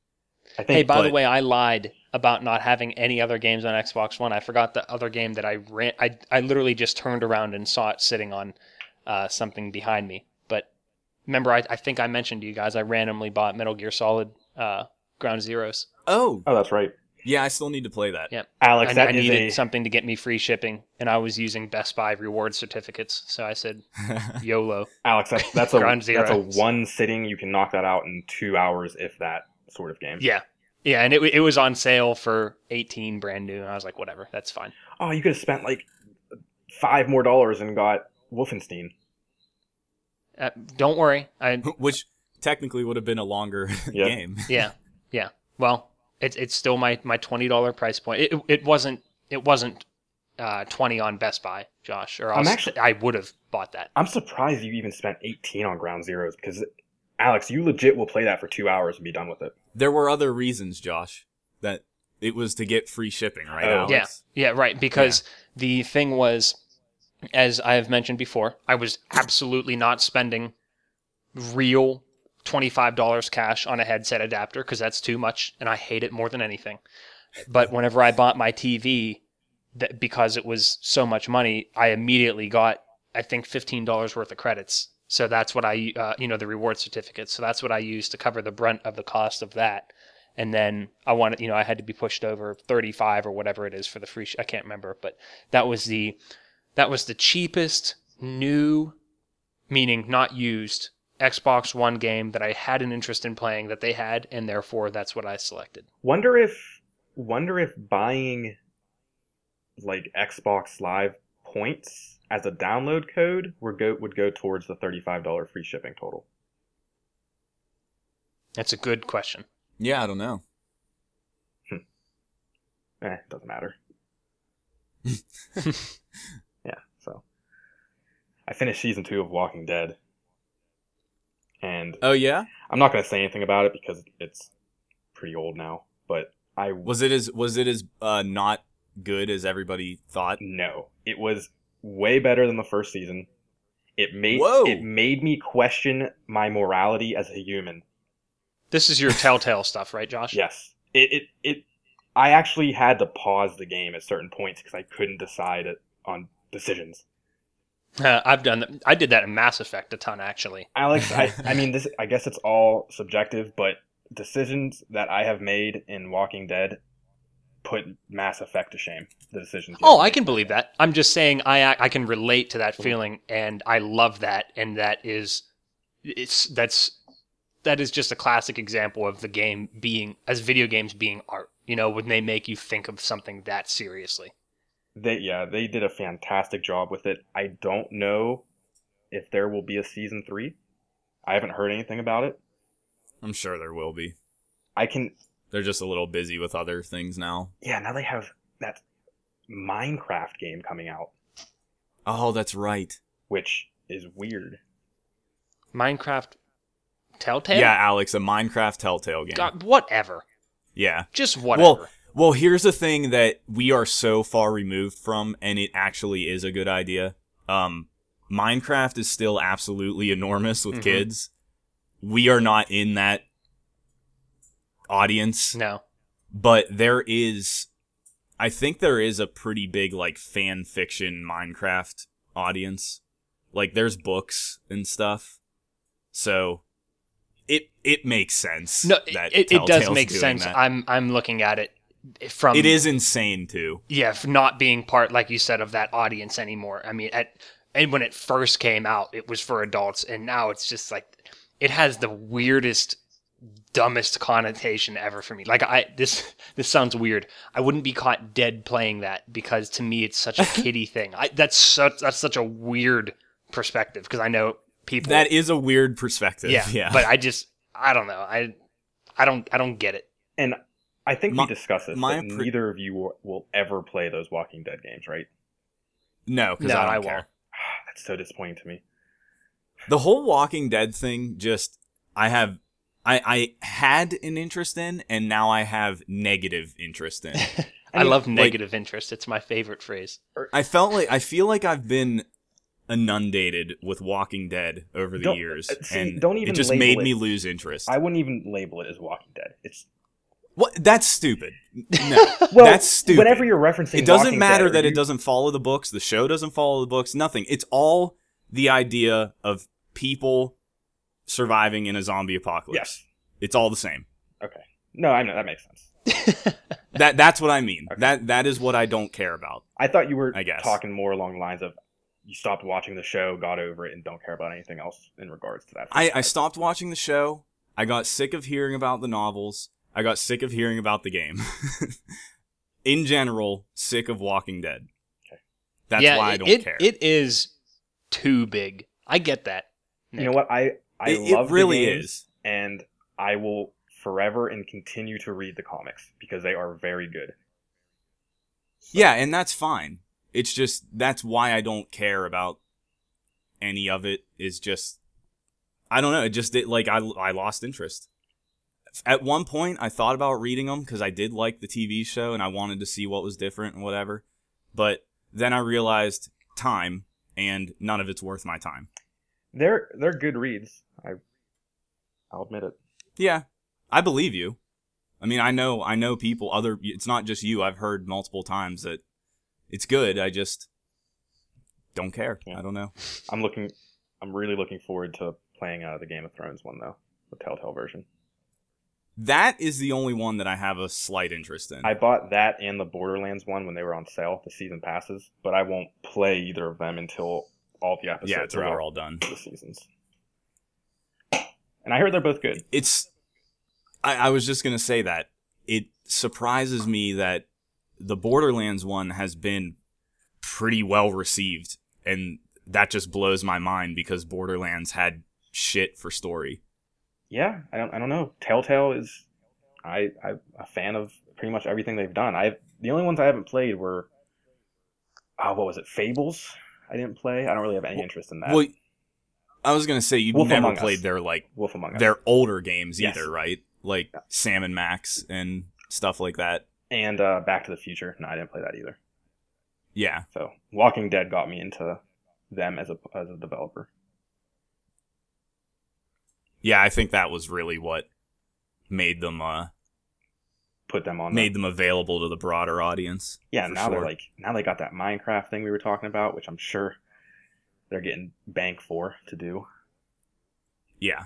I think Hey, by the but- way, I lied about not having any other games on Xbox One. I forgot the other game that I ran. I I literally just turned around and saw it sitting on uh, something behind me. But remember, I, I think I mentioned to you guys I randomly bought Metal Gear Solid uh, Ground Zeroes. Oh, Oh, that's right. yeah, I still need to play that. Yeah. Alex, I, I that is needed a something to get me free shipping, and I was using Best Buy reward certificates. So I [laughs] said YOLO. Alex. [laughs] That's that's a Ground that's a zeros. one sitting. You can knock that out in two hours if that sort of game. Yeah, yeah, and it wa- it was on sale for eighteen brand new, and I was like, whatever, that's fine. Oh, you could have spent like five more dollars and got Wolfenstein. Uh, don't worry, [laughs] I [laughs] Which technically would have been a longer [laughs] Yeah. game. yeah yeah well it's it's still my my $20 price point it, it wasn't it wasn't uh 20 on best buy josh or I'm else actually- i would have bought that I'm surprised you even spent 18 on Ground Zeroes because Alex, you legit will play that for two hours and be done with it. There were other reasons, Josh, that it was to get free shipping, right? Oh. Alex? yeah yeah right because the thing was as i have mentioned before i was absolutely not spending real $25 cash on a headset adapter because that's too much and i hate it more than anything but whenever i bought my tv that because it was so much money, I immediately got I think fifteen dollars worth of credits. So that's what I uh, you know the reward certificates. So that's what I used to cover the brunt of the cost of that. And then I wanted you know I had to be pushed over thirty five or whatever it is for the free. Sh- I can't remember, but that was the that was the cheapest new, meaning not used Xbox One game that I had an interest in playing that they had, and therefore that's what I selected. Wonder if wonder if buying like Xbox Live points as a download code would go would go towards the $35 free shipping total. That's a good question. Yeah, I don't know. Eh, doesn't matter. yeah, so I finished season 2 of Walking Dead and Oh yeah? I'm not going to say anything about it because it's pretty old now, but I Was it as was it as uh not good as everybody thought? No, it was way better than the first season. It made Whoa. it made me question my morality as a human. This is your telltale stuff, right, Josh? Yes, it it, it I actually had to pause the game at certain points because I couldn't decide it on decisions. Uh, I've done. That. I did that in Mass Effect a ton, actually. Alex, I, I mean this I guess it's all subjective, but decisions that I have made in Walking Dead put Mass Effect to shame. The decisions. you Oh, have I made. can believe that. I'm just saying, I I can relate to Mm-hmm. that feeling, and I love that, and that is, it's that's that is just a classic example of the game being as video games being art. You know, when they make you think of something that seriously. they yeah they did a fantastic job with it i don't know if there will be a season three i haven't heard anything about it I'm sure there will be. i can They're just a little busy with other things now. yeah now they have that minecraft game coming out Oh, that's right. which is weird Minecraft, Telltale. Yeah, Alex, a Minecraft Telltale game. God, whatever. Yeah. Just whatever. Well, well, here's the thing that we are so far removed from, and it actually is a good idea. Um, Minecraft is still absolutely enormous with Mhm. kids. We are not in that audience, no. but there is, I think there is a pretty big like fan fiction Minecraft audience. Like there's books and stuff, so it it makes sense. No, that it, it does Telltale's make doing sense. um, that. I'm I'm looking at it from it is insane too. yeah, f- not being part, like you said, of that audience anymore. I mean, at and when it first came out, it was for adults, and now it's just like it has the weirdest, dumbest connotation ever for me. Like I this [laughs] this sounds weird. I wouldn't be caught dead playing that because to me it's [laughs] such a kiddie thing. I, that's such that's such a weird perspective because I know people That is a weird perspective. yeah Yeah. but I just I don't know I I don't I don't get it. and i think My- we discussed this my but pre- neither of you will, will ever play those walking dead games right [laughs] no, because No, I, I won't. won't. that's so disappointing to me The whole Walking Dead thing, just I have, [laughs] I I had an interest in, and now I have negative interest in. I, mean, love negative interest. It's my favorite phrase. I felt like I feel like I've been inundated with Walking Dead over the Don't- years, uh, see, and don't even it just label made it. me lose interest. I wouldn't even label it as Walking Dead. It's what? [laughs] That's stupid. No, well, [laughs] that's stupid. Whenever you're referencing, it doesn't Walking matter Dead, that you- it doesn't follow the books. The show doesn't follow the books. Nothing. It's all the idea of people surviving in a zombie apocalypse. Yes. It's all the same. No, I know that makes sense. That that's what I mean. Okay. That that is what I don't care about. I thought you were I guess. talking more along the lines of you stopped watching the show, got over it, and don't care about anything else in regards to that. I, I stopped watching the show. I got sick of hearing about the novels. I got sick of hearing about the game. [laughs] In general, sick of Walking Dead. Okay. That's yeah, why it, I don't it, care. It is too big. I get that. you know what? I I It- it love the really games, is. and I will forever and continue to read the comics because they are very good. Yeah, and that's fine. It's just that's why I don't care about any of it. Is just I don't know. It just did like I I lost interest. At one point, I thought about reading them because I did like the TV show and I wanted to see what was different and whatever. But then I realized time and none of it's worth my time. They're they're good reads. I I'll admit it. Yeah, I believe you. I mean, I know, I know people. Other, it's not just you. I've heard multiple times that it's good. I just don't care. Yeah. I don't know. I'm looking. I'm really looking forward to playing uh, the Game of Thrones one though, the Telltale version. That is the only one that I have a slight interest in. I bought that and the Borderlands one when they were on sale, the season passes, but I won't play either of them until all the episodes yeah, it's are out. we're all done. the seasons. And I heard they're both good. It's. I, I was just gonna say that it surprises me that the Borderlands one has been pretty well received, and that just blows my mind because Borderlands had shit for story. Yeah, I don't I don't know. Telltale is I I'm a fan of pretty much everything they've done. I the only ones I haven't played were uh, what was it? Fables? I didn't play. I don't really have any Well- interest in that. Well, I was gonna say you've Wolf never Among Us. played their like Wolf Among Us. their older games Yes. either, right? Like Sam and Max and stuff like that. and uh, Back to the Future. No, I didn't play that either. Yeah, So Walking Dead got me into them as a as a developer. yeah. I think that was really what made them uh Put them on the- made them available to the broader audience. Yeah, for now sure. they're like now they got that Minecraft thing we were talking about, which I'm sure they're getting bank for to do. yeah.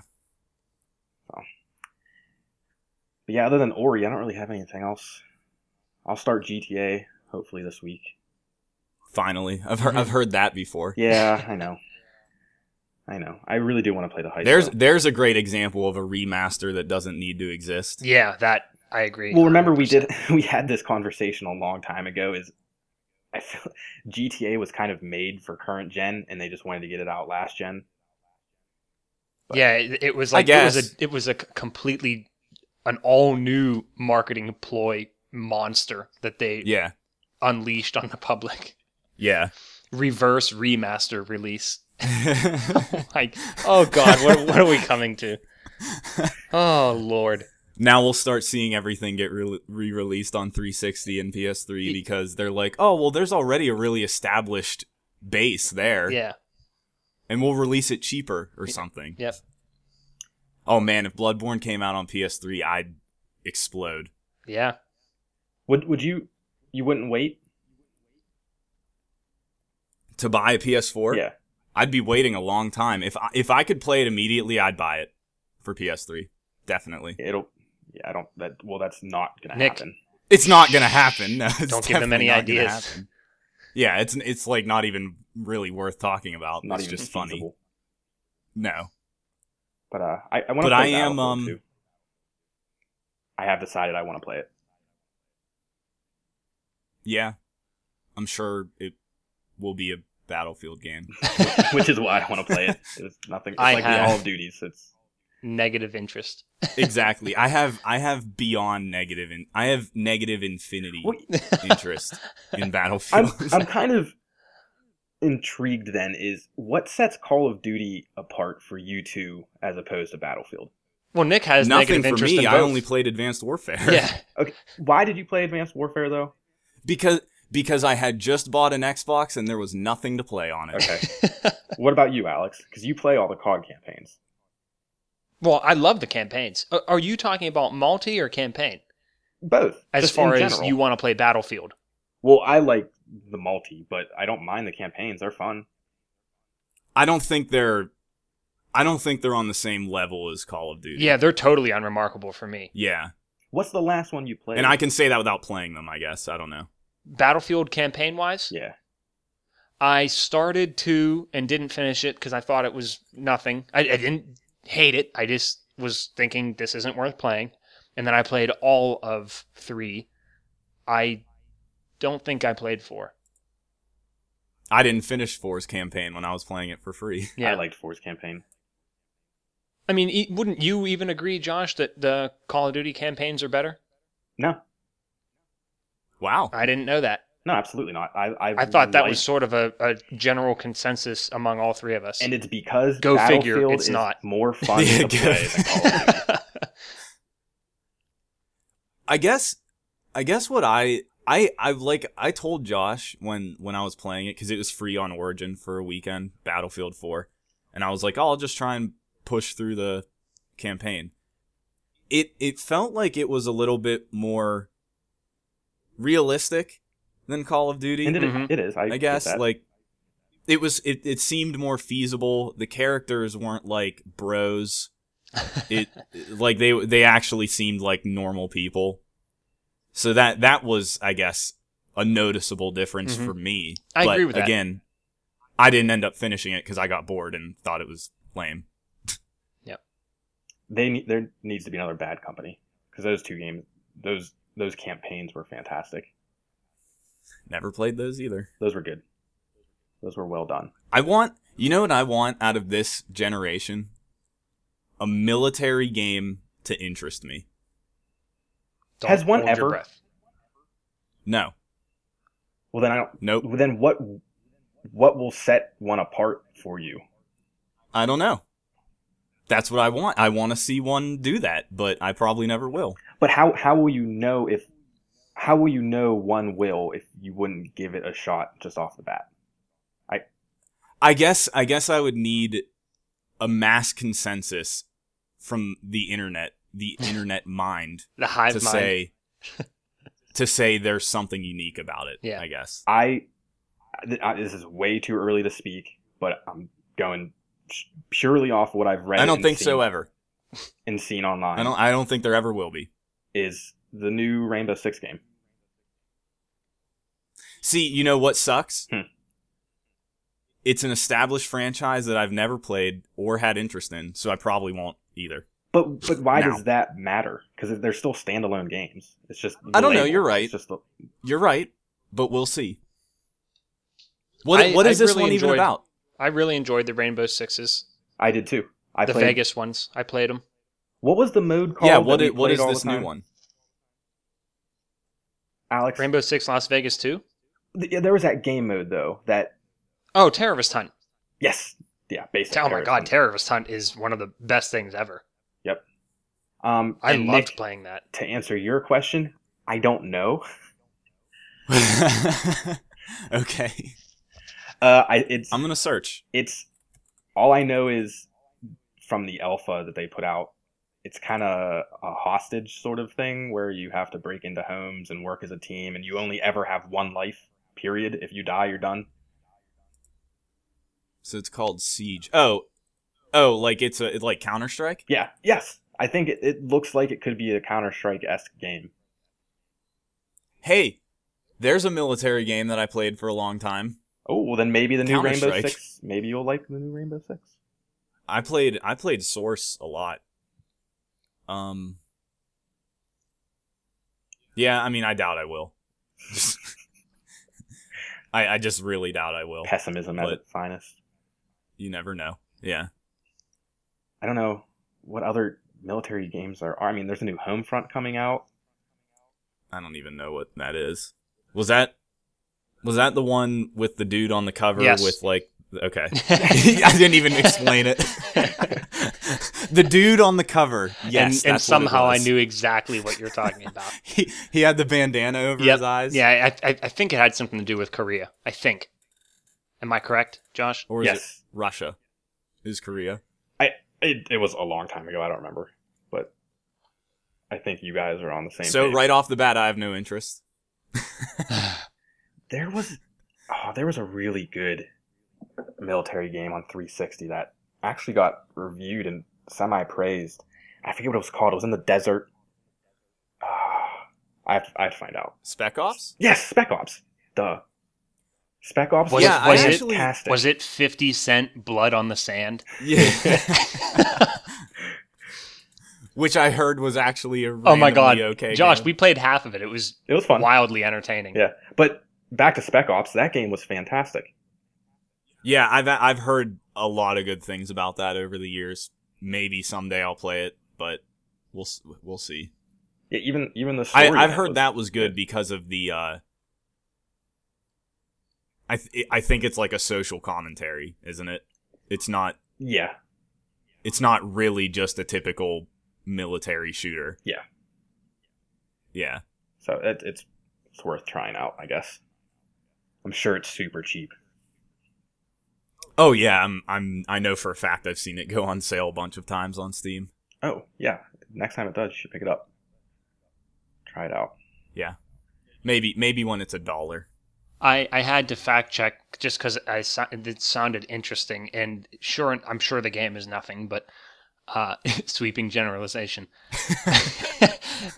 But yeah, other than Ori, I don't really have anything else. I'll start GTA hopefully this week. Finally, I've heard I've heard that before. Mhm. Yeah, I know. I know. I really do want to play the heist. There's though. there's a great example of a remaster that doesn't need to exist. Yeah, that I agree. well, remember we 100%. did [laughs] we had this conversation a long time ago. Is I feel [laughs] GTA was kind of made for current gen, and they just wanted to get it out last gen. Yeah, it, it was I like it was guess. a it was a c- completely an all new marketing ploy monster that they Yeah, unleashed on the public. [laughs] yeah. Reverse remaster [laughs] release. like, oh god, what what are we [laughs] coming to? Oh lord. now we'll start seeing everything get re released on 360 and PS3 because they're like, oh, well, there's already a really established base there, Yeah. and we'll release it cheaper or something. Yep. Oh man, if Bloodborne came out on PS3, I'd explode. [laughs] Yeah. Would would you you wouldn't wait? To buy a PS4, yeah, I'd be waiting a long time. If I, if I could play it immediately, I'd buy it for PS3. Definitely. it'll. Yeah, I don't. That well, that's not gonna Nick, happen. It's not gonna happen. [laughs] No, it's Don't give them definitely any not gonna ideas. happen. Yeah, it's it's like not even really worth talking about. Not it's even just funny. feasible. No. But uh, I, I want to. But play I am, Battlefield um, 2. I have decided I want to play it. Yeah. I'm sure it will be a [laughs] battlefield game. which is why I want to play it. It's nothing. It's I like have- the All of Duties. [laughs] It's Negative [laughs] interest. exactly. I have I have beyond negative in, I have negative infinity [laughs] Wait, interest in I'm battlefield. I'm kind of intrigued. Then is what sets Call of Duty apart for you two as opposed to Battlefield? Well, Nick has [laughs] negative Nothing for interest me. in I both. only played Advanced Warfare. Yeah. Why did you play Advanced Warfare though? [laughs] because because I had just bought an Xbox and there was nothing to play on [laughs] it. Okay. [laughs] what about you, Alex? Because you play all the COD campaigns. Well, I love the campaigns. Are- Are you talking about multi or campaign? Both. As just in far as general. you want to play Battlefield. Well, I like the multi, but I don't mind the campaigns. They're fun. I don't think they're I don't think they're on the same level as Call of Duty. Yeah, they're totally unremarkable for me. Yeah. What's the last one you played? And I can say that without playing them, I guess. I don't know. Battlefield campaign wise, Yeah. I started to and didn't finish it because I thought it was nothing. I, I didn't hate it. I just was thinking this isn't worth playing. And then I played all of three. I don't think I played four. I didn't finish Four's campaign when I was playing it for free. [laughs] I Yeah. liked Force campaign. I mean, e- wouldn't you even agree, Josh, that the Call of Duty campaigns are better? No, Wow. I didn't know that. no, absolutely not. I I, I thought that like- was sort of a, a general consensus among all three of us. [laughs] and it's because Go Battlefield figure, it's is not. [laughs] more fun Yeah, to play than Call [laughs] of Duty. I guess I guess what I I I've like I told Josh when when I was playing it cuz it was free on Origin for a weekend, Battlefield 4. And I was like, oh, "I'll just try and push through the campaign." It it felt like it was a little bit more realistic than Call of Duty. And it, Mhm. it is. I, Mm-hmm. I get guess that. like it was it, it seemed more feasible. The characters weren't like bros. It like they they actually seemed like normal people. So that that was I guess a noticeable difference Mhm. for me. I but agree with that. again, I didn't end up finishing it cuz I got bored and thought it was lame. they need, there needs to be another bad company because those two games, those those campaigns were fantastic. Never played those either. Those were good. Those were well done. I want you know what I want out of this generation? A military game to interest me. Don't Has one hold your ever- breath. No. Well, then I don't. Nope. Then what? What will set one apart for you? I don't know. That's what I want. I want to see one do that, but I probably never will. But how how will you know if how will you know one will if you wouldn't give it a shot just off the bat? I guess I guess I would need a mass consensus from the internet, the internet mind The to hive mind. [laughs] say to say there's something unique about it. Yeah. I guess. I, th- I this is way too early to speak, but I'm going sh- purely off what I've read. I don't and think seen, so ever. And seen online I don't I don't think there ever will be. is the new Rainbow Six game. See, you know what sucks? Hmm. It's an established franchise that I've never played or had interest in, so I probably won't either. But but why No. does that matter? Because they're still standalone games. It's just the I don't know, label. you're right. It's just the, You're right, but we'll see. What I- what is I this really one even enjoyed- about? I really enjoyed the Rainbow Sixes, I did too. I the played. Vegas ones. I played them. What was the mode called? yeah, that what we is, what played is all this the new time? one? Alex? Rainbow Six Las Vegas too. Th- yeah, there was that game mode though. That Oh, Terrorist Hunt. yes, yeah, Oh basic. my terrorism. God, Terrorist Hunt is one of the best things ever. Um, I and loved Nick, [laughs] playing that. to answer your question, I don't know. okay, Uh, I it's I'm gonna search. it's all I know is from the alpha that they put out. It's kind of a hostage sort of thing where you have to break into homes and work as a team, and you only ever have one life. Period. If you die, you're done. So it's called Siege. Oh, oh, like it's a it's like Counter Strike. Yeah. Yes. I think it, it looks like it could be a Counter Strike esque game. Hey, there's a military game that I played for a long time. Oh well, then maybe the new Rainbow Counter-Strike. Six. Maybe you'll like the new Rainbow Six. I played I played Source a lot. Um. Yeah, I mean, I doubt I will. [laughs] I I just really doubt I will. Pessimism at Oh, But- its finest. You never know. Yeah. I don't know what other military games there are. I mean, there's a new Homefront coming out. I don't even know what that is. Was that was that the one with the dude on the cover Yes. [laughs] with like okay. I didn't even explain it. [laughs] the dude on the cover. Yes, and, and that's what it somehow I was. knew exactly what you're talking [laughs] about. [laughs] he, he had the bandana over Yep. his eyes. Yeah, I, I, I think it had something to do with Korea. I think. Am I correct, Josh? or is it yes, Russia? Is Korea? it, it was a long time ago. I don't remember, but I think you guys are on the same. so page. right off the bat, I have no interest. there was, oh, there was a really good military game on 360 that actually got reviewed and semi praised. I forget what it was called. It was in the desert. Ah, I have, I have to find out. [laughs] Spec Ops. Yes, Spec Ops. Duh. Spec Ops was, Was it- yeah, was it- fantastic. Was it 50 Cent Blood on the Sand? Yeah. [laughs] Which I heard was actually a Oh my God. randomly okay. Josh, game. we played half of it. It was It was fun. wildly entertaining. Yeah. But back to Spec Ops, that game was fantastic. Yeah, I've I've heard a lot of good things about that over the years. Maybe someday I'll play it, but we'll s- we'll see. Yeah, even even the story. I, I've in it heard was- that was good because of the. Uh, I th- I think it's like a social commentary, isn't it? It's not. Yeah. It's not really just a typical military shooter. Yeah. Yeah. So it, it's it's worth trying out, I guess. I'm sure it's super cheap. Oh yeah. I'm. I'm. I know for a fact I've seen it go on sale a bunch of times on Steam. Oh yeah, next time it does, you should pick it up. Try it out. Maybe. Maybe when it's a dollar. I, I had to fact check just because I so- it sounded interesting and sure I'm sure the game is nothing but uh, [laughs] sweeping generalization, [laughs]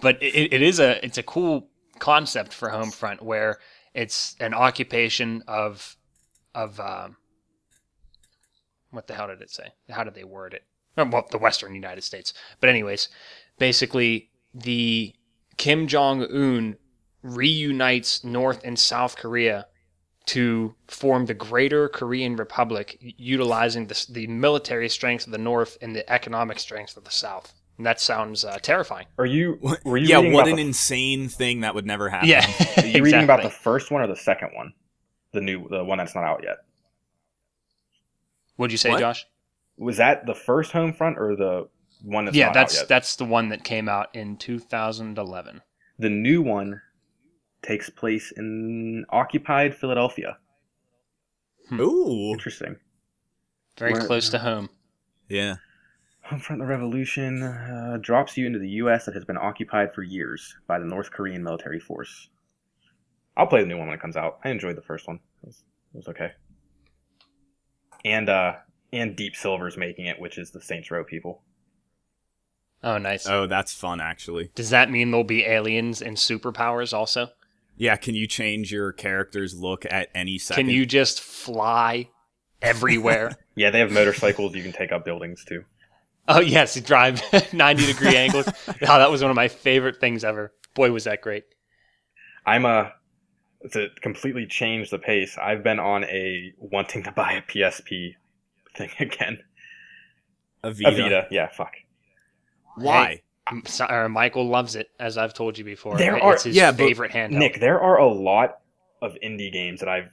but it, it is a it's a cool concept for Homefront where it's an occupation of of um, what the hell did it say? How did they word it? Oh, Well, the Western United States. But anyways, basically the Kim Jong Un reunites North and South Korea to form the Greater Korean Republic, utilizing the, the military strength of the North and the economic strength of the South. And that sounds uh, terrifying. Are you were you yeah. reading What about an the, insane thing that would never happen. [laughs] Yeah, are you reading about the exactly. first one or the second one? The new the one that's not out yet. What'd you say, What? Josh? Was that the first home front or the one that's yeah, not out that's yet? that's the one that came out in 2011. the new one takes place in occupied Philadelphia. Ooh. Interesting. Very Where- close to home. Yeah. Homefront the Revolution uh, drops you into the U.S. that has been occupied for years by the North Korean military force. I'll play the new one when it comes out. I enjoyed the first one; it was, it was okay. And uh, and Deep Silver's making it, which is the Saints Row people. Oh, nice. Oh, that's fun actually. Does that mean there'll be aliens and superpowers also? Yeah, can you change your character's look at any second? Can you just fly [laughs] everywhere? Yeah, they have motorcycles. you can take up buildings too. Oh yes, you drive [laughs] ninety [laughs] degree angles. oh, that was one of my favorite things ever. Boy, was that great! I'm a to completely change the pace. I've been on a wanting to buy a PSP thing [laughs] again. Avita? A Vita, yeah, fuck. Why? Hey, M- so- or Michael loves it, as I've told you before. There It- are- it's his yeah, but favorite handheld. Nick, there are a lot of indie games that I've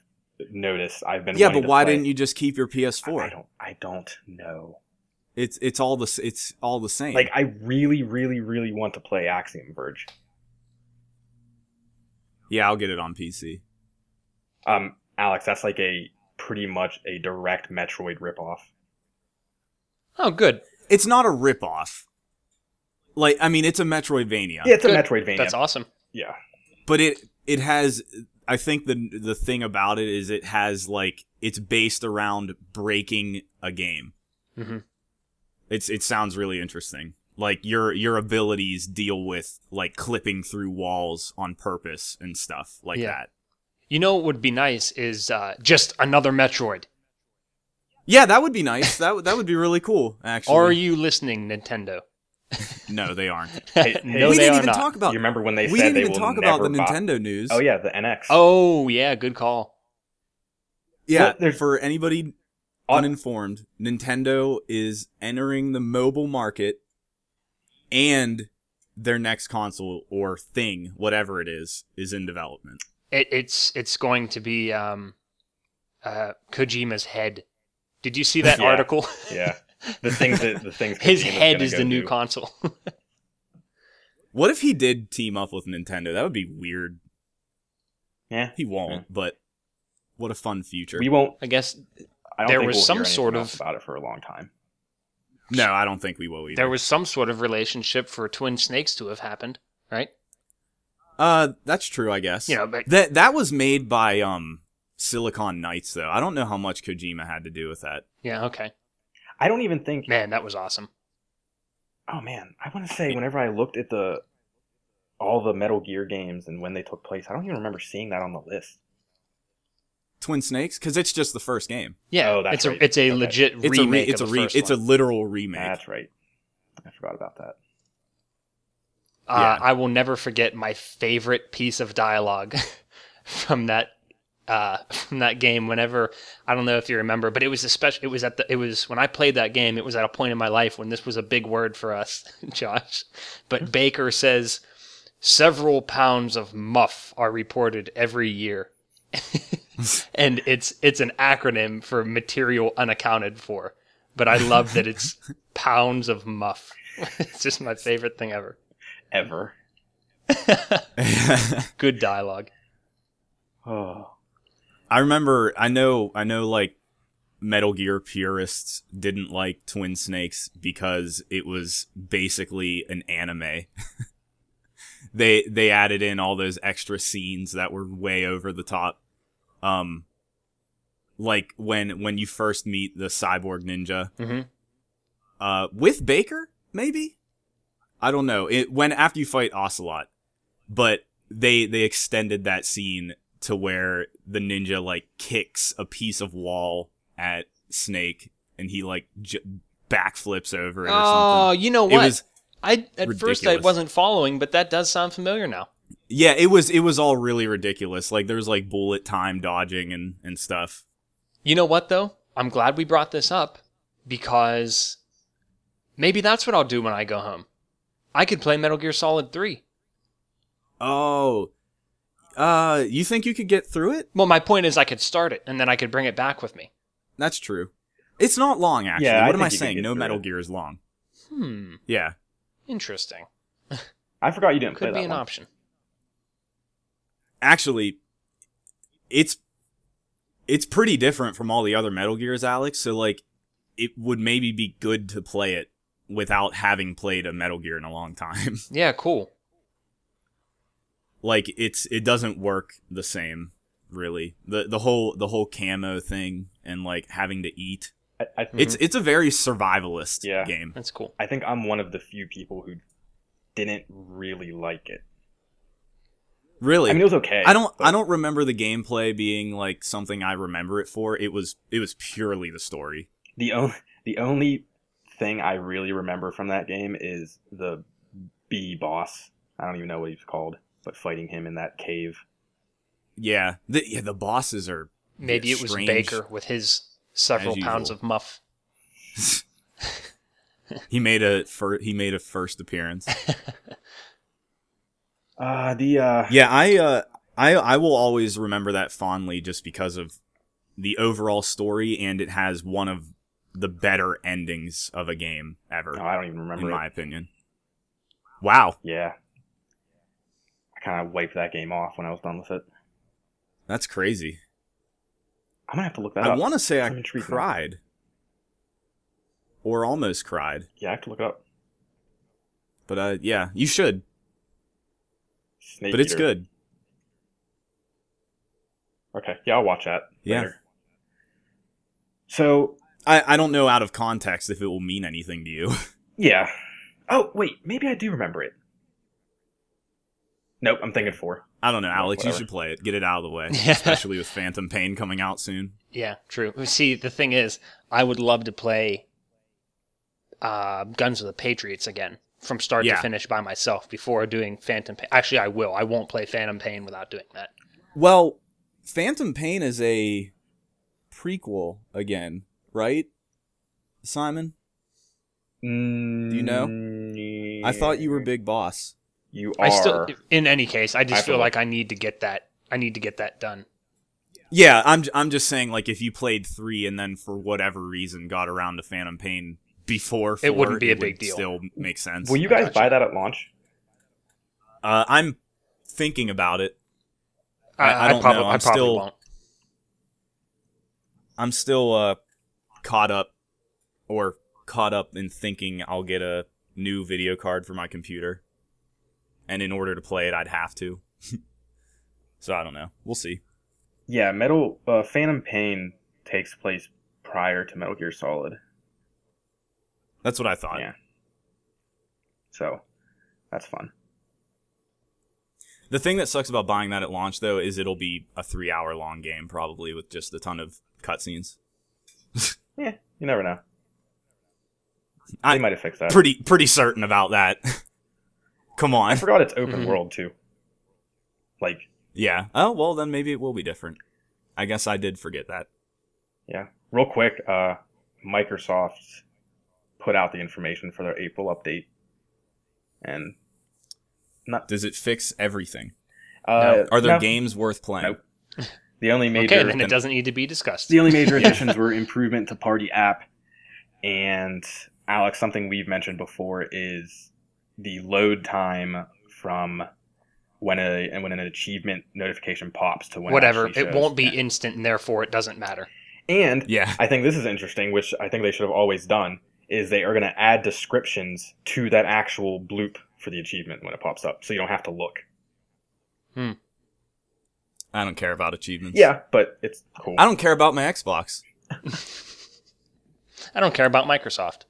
noticed. I've been Yeah, wanting but to why play. didn't you just keep your I, I PS4? don't. I don't know. It's it's all the s- it's all the same. Like, I really, really, really want to play Axiom Verge. yeah, I'll get it on PC. Um, Alex, that's like a pretty much a direct Metroid ripoff. oh, good. It's not a ripoff. Like I mean, it's a Metroidvania, Yeah, it's a Good. Metroidvania. That's awesome. Yeah, but it it has. I think the the thing about it is it has like it's based around breaking a game. Mhm. It's it sounds really interesting. Like your your abilities deal with like clipping through walls on purpose and stuff like Yeah. that. You know what would be nice is uh, just another Metroid. Yeah, that would be nice. That would that would be really cool. Actually, Are you listening, Nintendo? no, they aren't. [laughs] Hey, no, we they we didn't are even not. talk you about. remember when they we said didn't they even will talk about never the buy- Nintendo news. Oh yeah, the NX. Oh yeah, good call. yeah. well, there's- for anybody On- uninformed, Nintendo is entering the mobile market, and their next console or thing, whatever it is, is in development. It, it's it's going to be um, uh, Kojima's head. Did you see that [laughs] Yeah. article? yeah. the things that the things [laughs] His Kojima's head gonna is go the new do. console. [laughs] What if he did team up with Nintendo? That would be weird. Yeah. He won't, Yeah. but what a fun future. Hmm. We won't. I guess I don't There think was we'll some hear anything sort else of- about it for a long time. no, I don't think we will either. there was some sort of relationship for twin snakes to have happened, right? uh, that's true, I guess. You know, but That that was made by um Silicon Knights though. I don't know how much Kojima had to do with that. yeah, okay. I don't even think. Man, that was awesome. Oh man, I want to say whenever I looked at the all the Metal Gear games and when they took place, I don't even remember seeing that on the list. Twin Snakes cuz it's just the first game. Yeah, Oh, that's it's a right. it's a Okay. legit It's remake. a re- of it's a the re- first it's a one. literal remake. That's right. I forgot about that. Uh, yeah. I will never forget my favorite piece of dialogue [laughs] from that uh, from that game. Whenever I don't know if you remember, but it was especially it was at the it was when I played that game. It was at a point in my life when this was a big word for us, [laughs] Josh. But Baker says several pounds of muff are reported every year. [laughs] and it's it's an acronym for material unaccounted for. But I love that it's pounds of muff. [laughs] it's just my favorite thing ever. Ever. Good dialogue. Oh. [laughs] I remember I know I know like Metal Gear purists didn't like Twin Snakes because it was basically an anime. they they added in all those extra scenes that were way over the top. Um like when when you first meet the cyborg ninja Mm-hmm. uh with Baker maybe? I don't know. It when after you fight Ocelot, but they they extended that scene to where the ninja like kicks a piece of wall at Snake and he like j- backflips over it or Oh, something. you know It what? was I at first I ridiculous. wasn't following, but that does sound familiar now. yeah, it was it was all really ridiculous. Like there was like bullet time dodging and and stuff. You know what though? I'm glad we brought this up because maybe that's what I'll do when I go home. I could play Metal Gear Solid 3. Oh. Uh, you think you could get through it? Well, my point is I could start it and then I could bring it back with me. That's true. It's not long actually. Yeah, I what think am I you could saying? get No through Metal it. Gear is long. Hmm, Yeah. interesting. I forgot you didn't play Could that be an one. option. actually it's it's pretty different from all the other metal gears alex so like it would maybe be good to play it without having played a metal gear in a long time Yeah, cool. like it's it doesn't work the same really the the whole the whole camo thing and like having to eat I, I, it's it's a very survivalist Mm-hmm. Yeah. game That's cool. I think I'm one of the few people who didn't really like it. really I mean, it was okay. I don't but I don't remember the gameplay being like something I remember it for it was it was purely the story The only the only thing I really remember from that game is the B boss. I don't even know what he's called, but fighting him in that cave. yeah the yeah the bosses are Maybe Yeah, it was strange. Baker with his several As pounds usual. of muff. He made a fir- he made a first appearance. Uh, the uh, yeah, I uh I I will always remember that fondly just because of the overall story and it has one of the better endings of a game ever no, Oh, I don't even remember. in it. my opinion. Wow, Yeah, I kind of wiped that game off when I was done with it. that's crazy. I'm gonna have to look that I up. want to say I'm I intrigued now. cried or almost cried, Yeah, I have to look it up. but uh yeah, you should. Snake But it's Eater. good. Okay, yeah, I'll watch that. Yeah. Later. So I I don't know out of context if it will mean anything to you. [laughs] Yeah. Oh, wait, maybe I do remember it. Nope, I'm thinking four. I don't know, Alex. You whatever. should play it. Get it out of [laughs] the way, Yeah. especially with Phantom Pain coming out soon. Yeah, true. See, the thing is, I would love to play uh, Guns of the Patriots again from start Yeah. to finish by myself before doing Phantom Pain. Actually, I will. I won't play Phantom Pain without doing that. Well, Phantom Pain is a prequel again, right? Simon, Do you know? I thought you were Big Boss. You are. I still, in any case, I I just feel feel like I need to get that. I need to get that done. Yeah, I'm I'm just saying like if you played 3 and then for whatever reason got around to Phantom Pain before It wouldn't four, be a would big deal. Still makes sense. Will you I guys gotcha. buy that at launch? Uh, I'm thinking about it. I- I don't probably, know. I I'm probably still- won't. I'm still uh, caught up, or caught up in thinking I'll get a new video card for my computer, and in order to play it, I'd have to. [laughs] so I don't know. We'll see. Yeah, Metal uh, Phantom Pain takes place prior to Metal Gear Solid, That's what I thought. Yeah. so that's fun. The thing that sucks about buying that at launch, though, is it'll be a three-hour-long game probably with just a ton of cutscenes. Yeah, you never know. I- they might have fixed that. Pretty, pretty certain about that. [laughs] Come I on. forgot it's open Mhm. world too. Like, Yeah. Oh well, then maybe it will be different. I guess I did forget that. yeah. Real quick, uh, Microsoft put out the information for their April update, and Does it fix everything? uh, Are there no, games worth playing? Nope. The only major okay, then it doesn't need to be discussed. The only major [laughs] additions were improvement to Party app, and Alex, something we've mentioned before is the load time from when a and when an achievement notification pops to when it Whatever. actually It shows. won't be Yeah. instant, and therefore it doesn't matter. And Yeah. I think this is interesting, which I think they should have always done is they are going to add descriptions to that actual bloop for the achievement when it pops up, so you don't have to look. I don't care about achievements. Yeah, but it's cool. I don't care about my Xbox. [laughs] I don't care about Microsoft.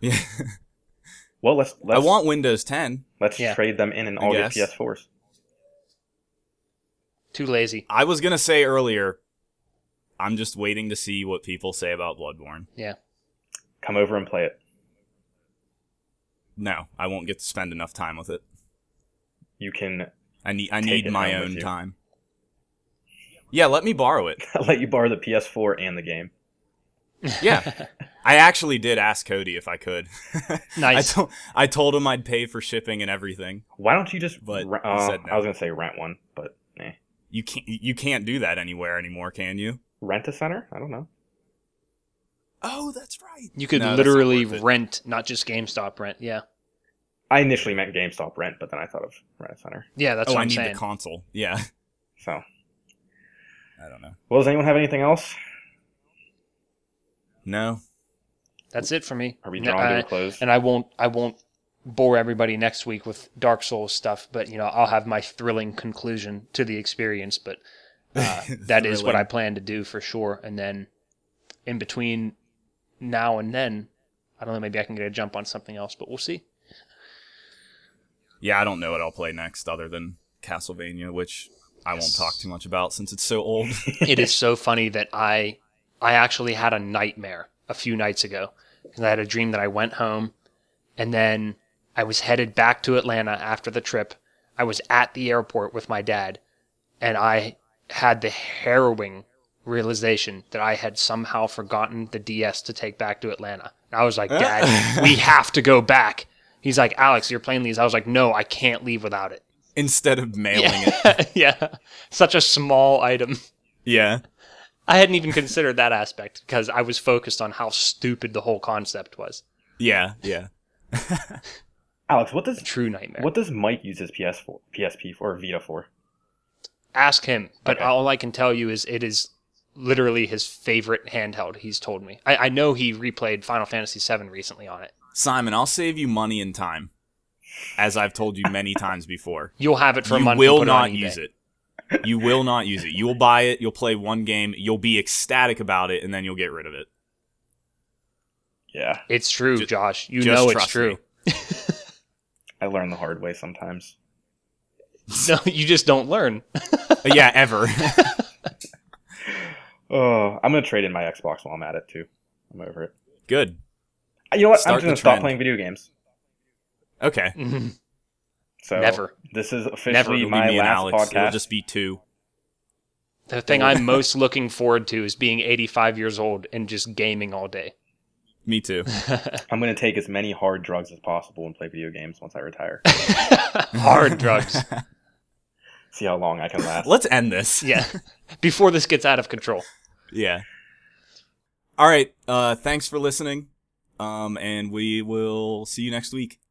Yeah. Well, let's I let's want Windows 10. let's yeah. trade them in and I all get guess. PS4s. Too lazy. I was going to say earlier, I'm just waiting to see what people say about Bloodborne. Come over and play it. No, I won't get to spend enough time with it. You can [laughs] I need I Take need it my home with own you. time. Yeah, let me [laughs] borrow it. I'll let you borrow the PS4 and the game. Yeah. I actually did ask Cody if I could. [laughs] Nice. I, told I told him I'd pay for shipping and everything. Why don't you just? But re- he uh, said no. I was gonna say rent one, but eh. You can't you can't do that anywhere anymore, can you? rent a center? I don't know. Oh, that's right. You could No, that's not literally worth it. rent, not just GameStop rent. Yeah. I initially meant GameStop rent, but then I thought of rent a center. Yeah, that's oh, what I I'm need saying. the console. Yeah. [laughs] So, I don't know. well, does anyone have anything else? No. that's it for me. Are we No, drawing to I- a close? and I won't I won't bore everybody next week with Dark Souls stuff, but you know I'll have my thrilling conclusion to the experience. [laughs] But uh, that is what Thrilling. I plan to do for sure. And then in between now and then, I don't know. Maybe I can get a jump on something else, but we'll see. Yeah, I don't know what I'll play next other than Castlevania, which I won't talk too much about since it's so old. [laughs] it is so funny that I I actually had a nightmare a few nights ago because I had a dream that I went home and then I was headed back to Atlanta after the trip. I was at the airport with my dad and I had the harrowing realization that I had somehow forgotten the DS to take back to Atlanta. And I was like, Dad, we have to go back. He's like, Alex, you're playing these. I was like, no, I can't leave without it. [laughs] Instead of mailing it. Yeah. yeah. Such a small item. [laughs] Yeah. I hadn't even considered that aspect because I was focused on how stupid the whole concept was. Yeah. Yeah. Alex, what does True nightmare. what does Mike use his PS4, PSP for, or Vita for? Ask him, but Okay. all I can tell you is it is literally his favorite handheld. He's told me. I, I know he replayed Final Fantasy VII recently on it. Simon, I'll save you money and time. As I've told you [laughs] many times before. You'll have it for a you month. and will put not it on eBay. use it. You will not use it. You will buy it, you'll play one game, you'll be ecstatic about it, and then you'll get rid [laughs] of it. Yeah, It's true, Ju- Josh. You just know it's trust true. me. I learn the hard way sometimes. [laughs] [laughs] No, you just don't learn. yeah, ever. [laughs] Oh, I'm gonna trade in my Xbox while I'm at it too. I'm over it. Good. You know what? Start I'm just the gonna stop trend. playing video games. Okay. Mhm. So Never. This is Never officially It'll be my me and last Alex. It'll podcast. just be two. The thing [laughs] I'm most looking forward to is being 85 years old and just gaming all [laughs] day. [laughs] Me too. I'm gonna take as many hard drugs as possible and play video games once I [laughs] retire. Hard drugs. See how long I can last. Let's end [laughs] this. Yeah. Before this gets out of control. Yeah. All right. Uh, thanks for listening. Um, and we will see you next week.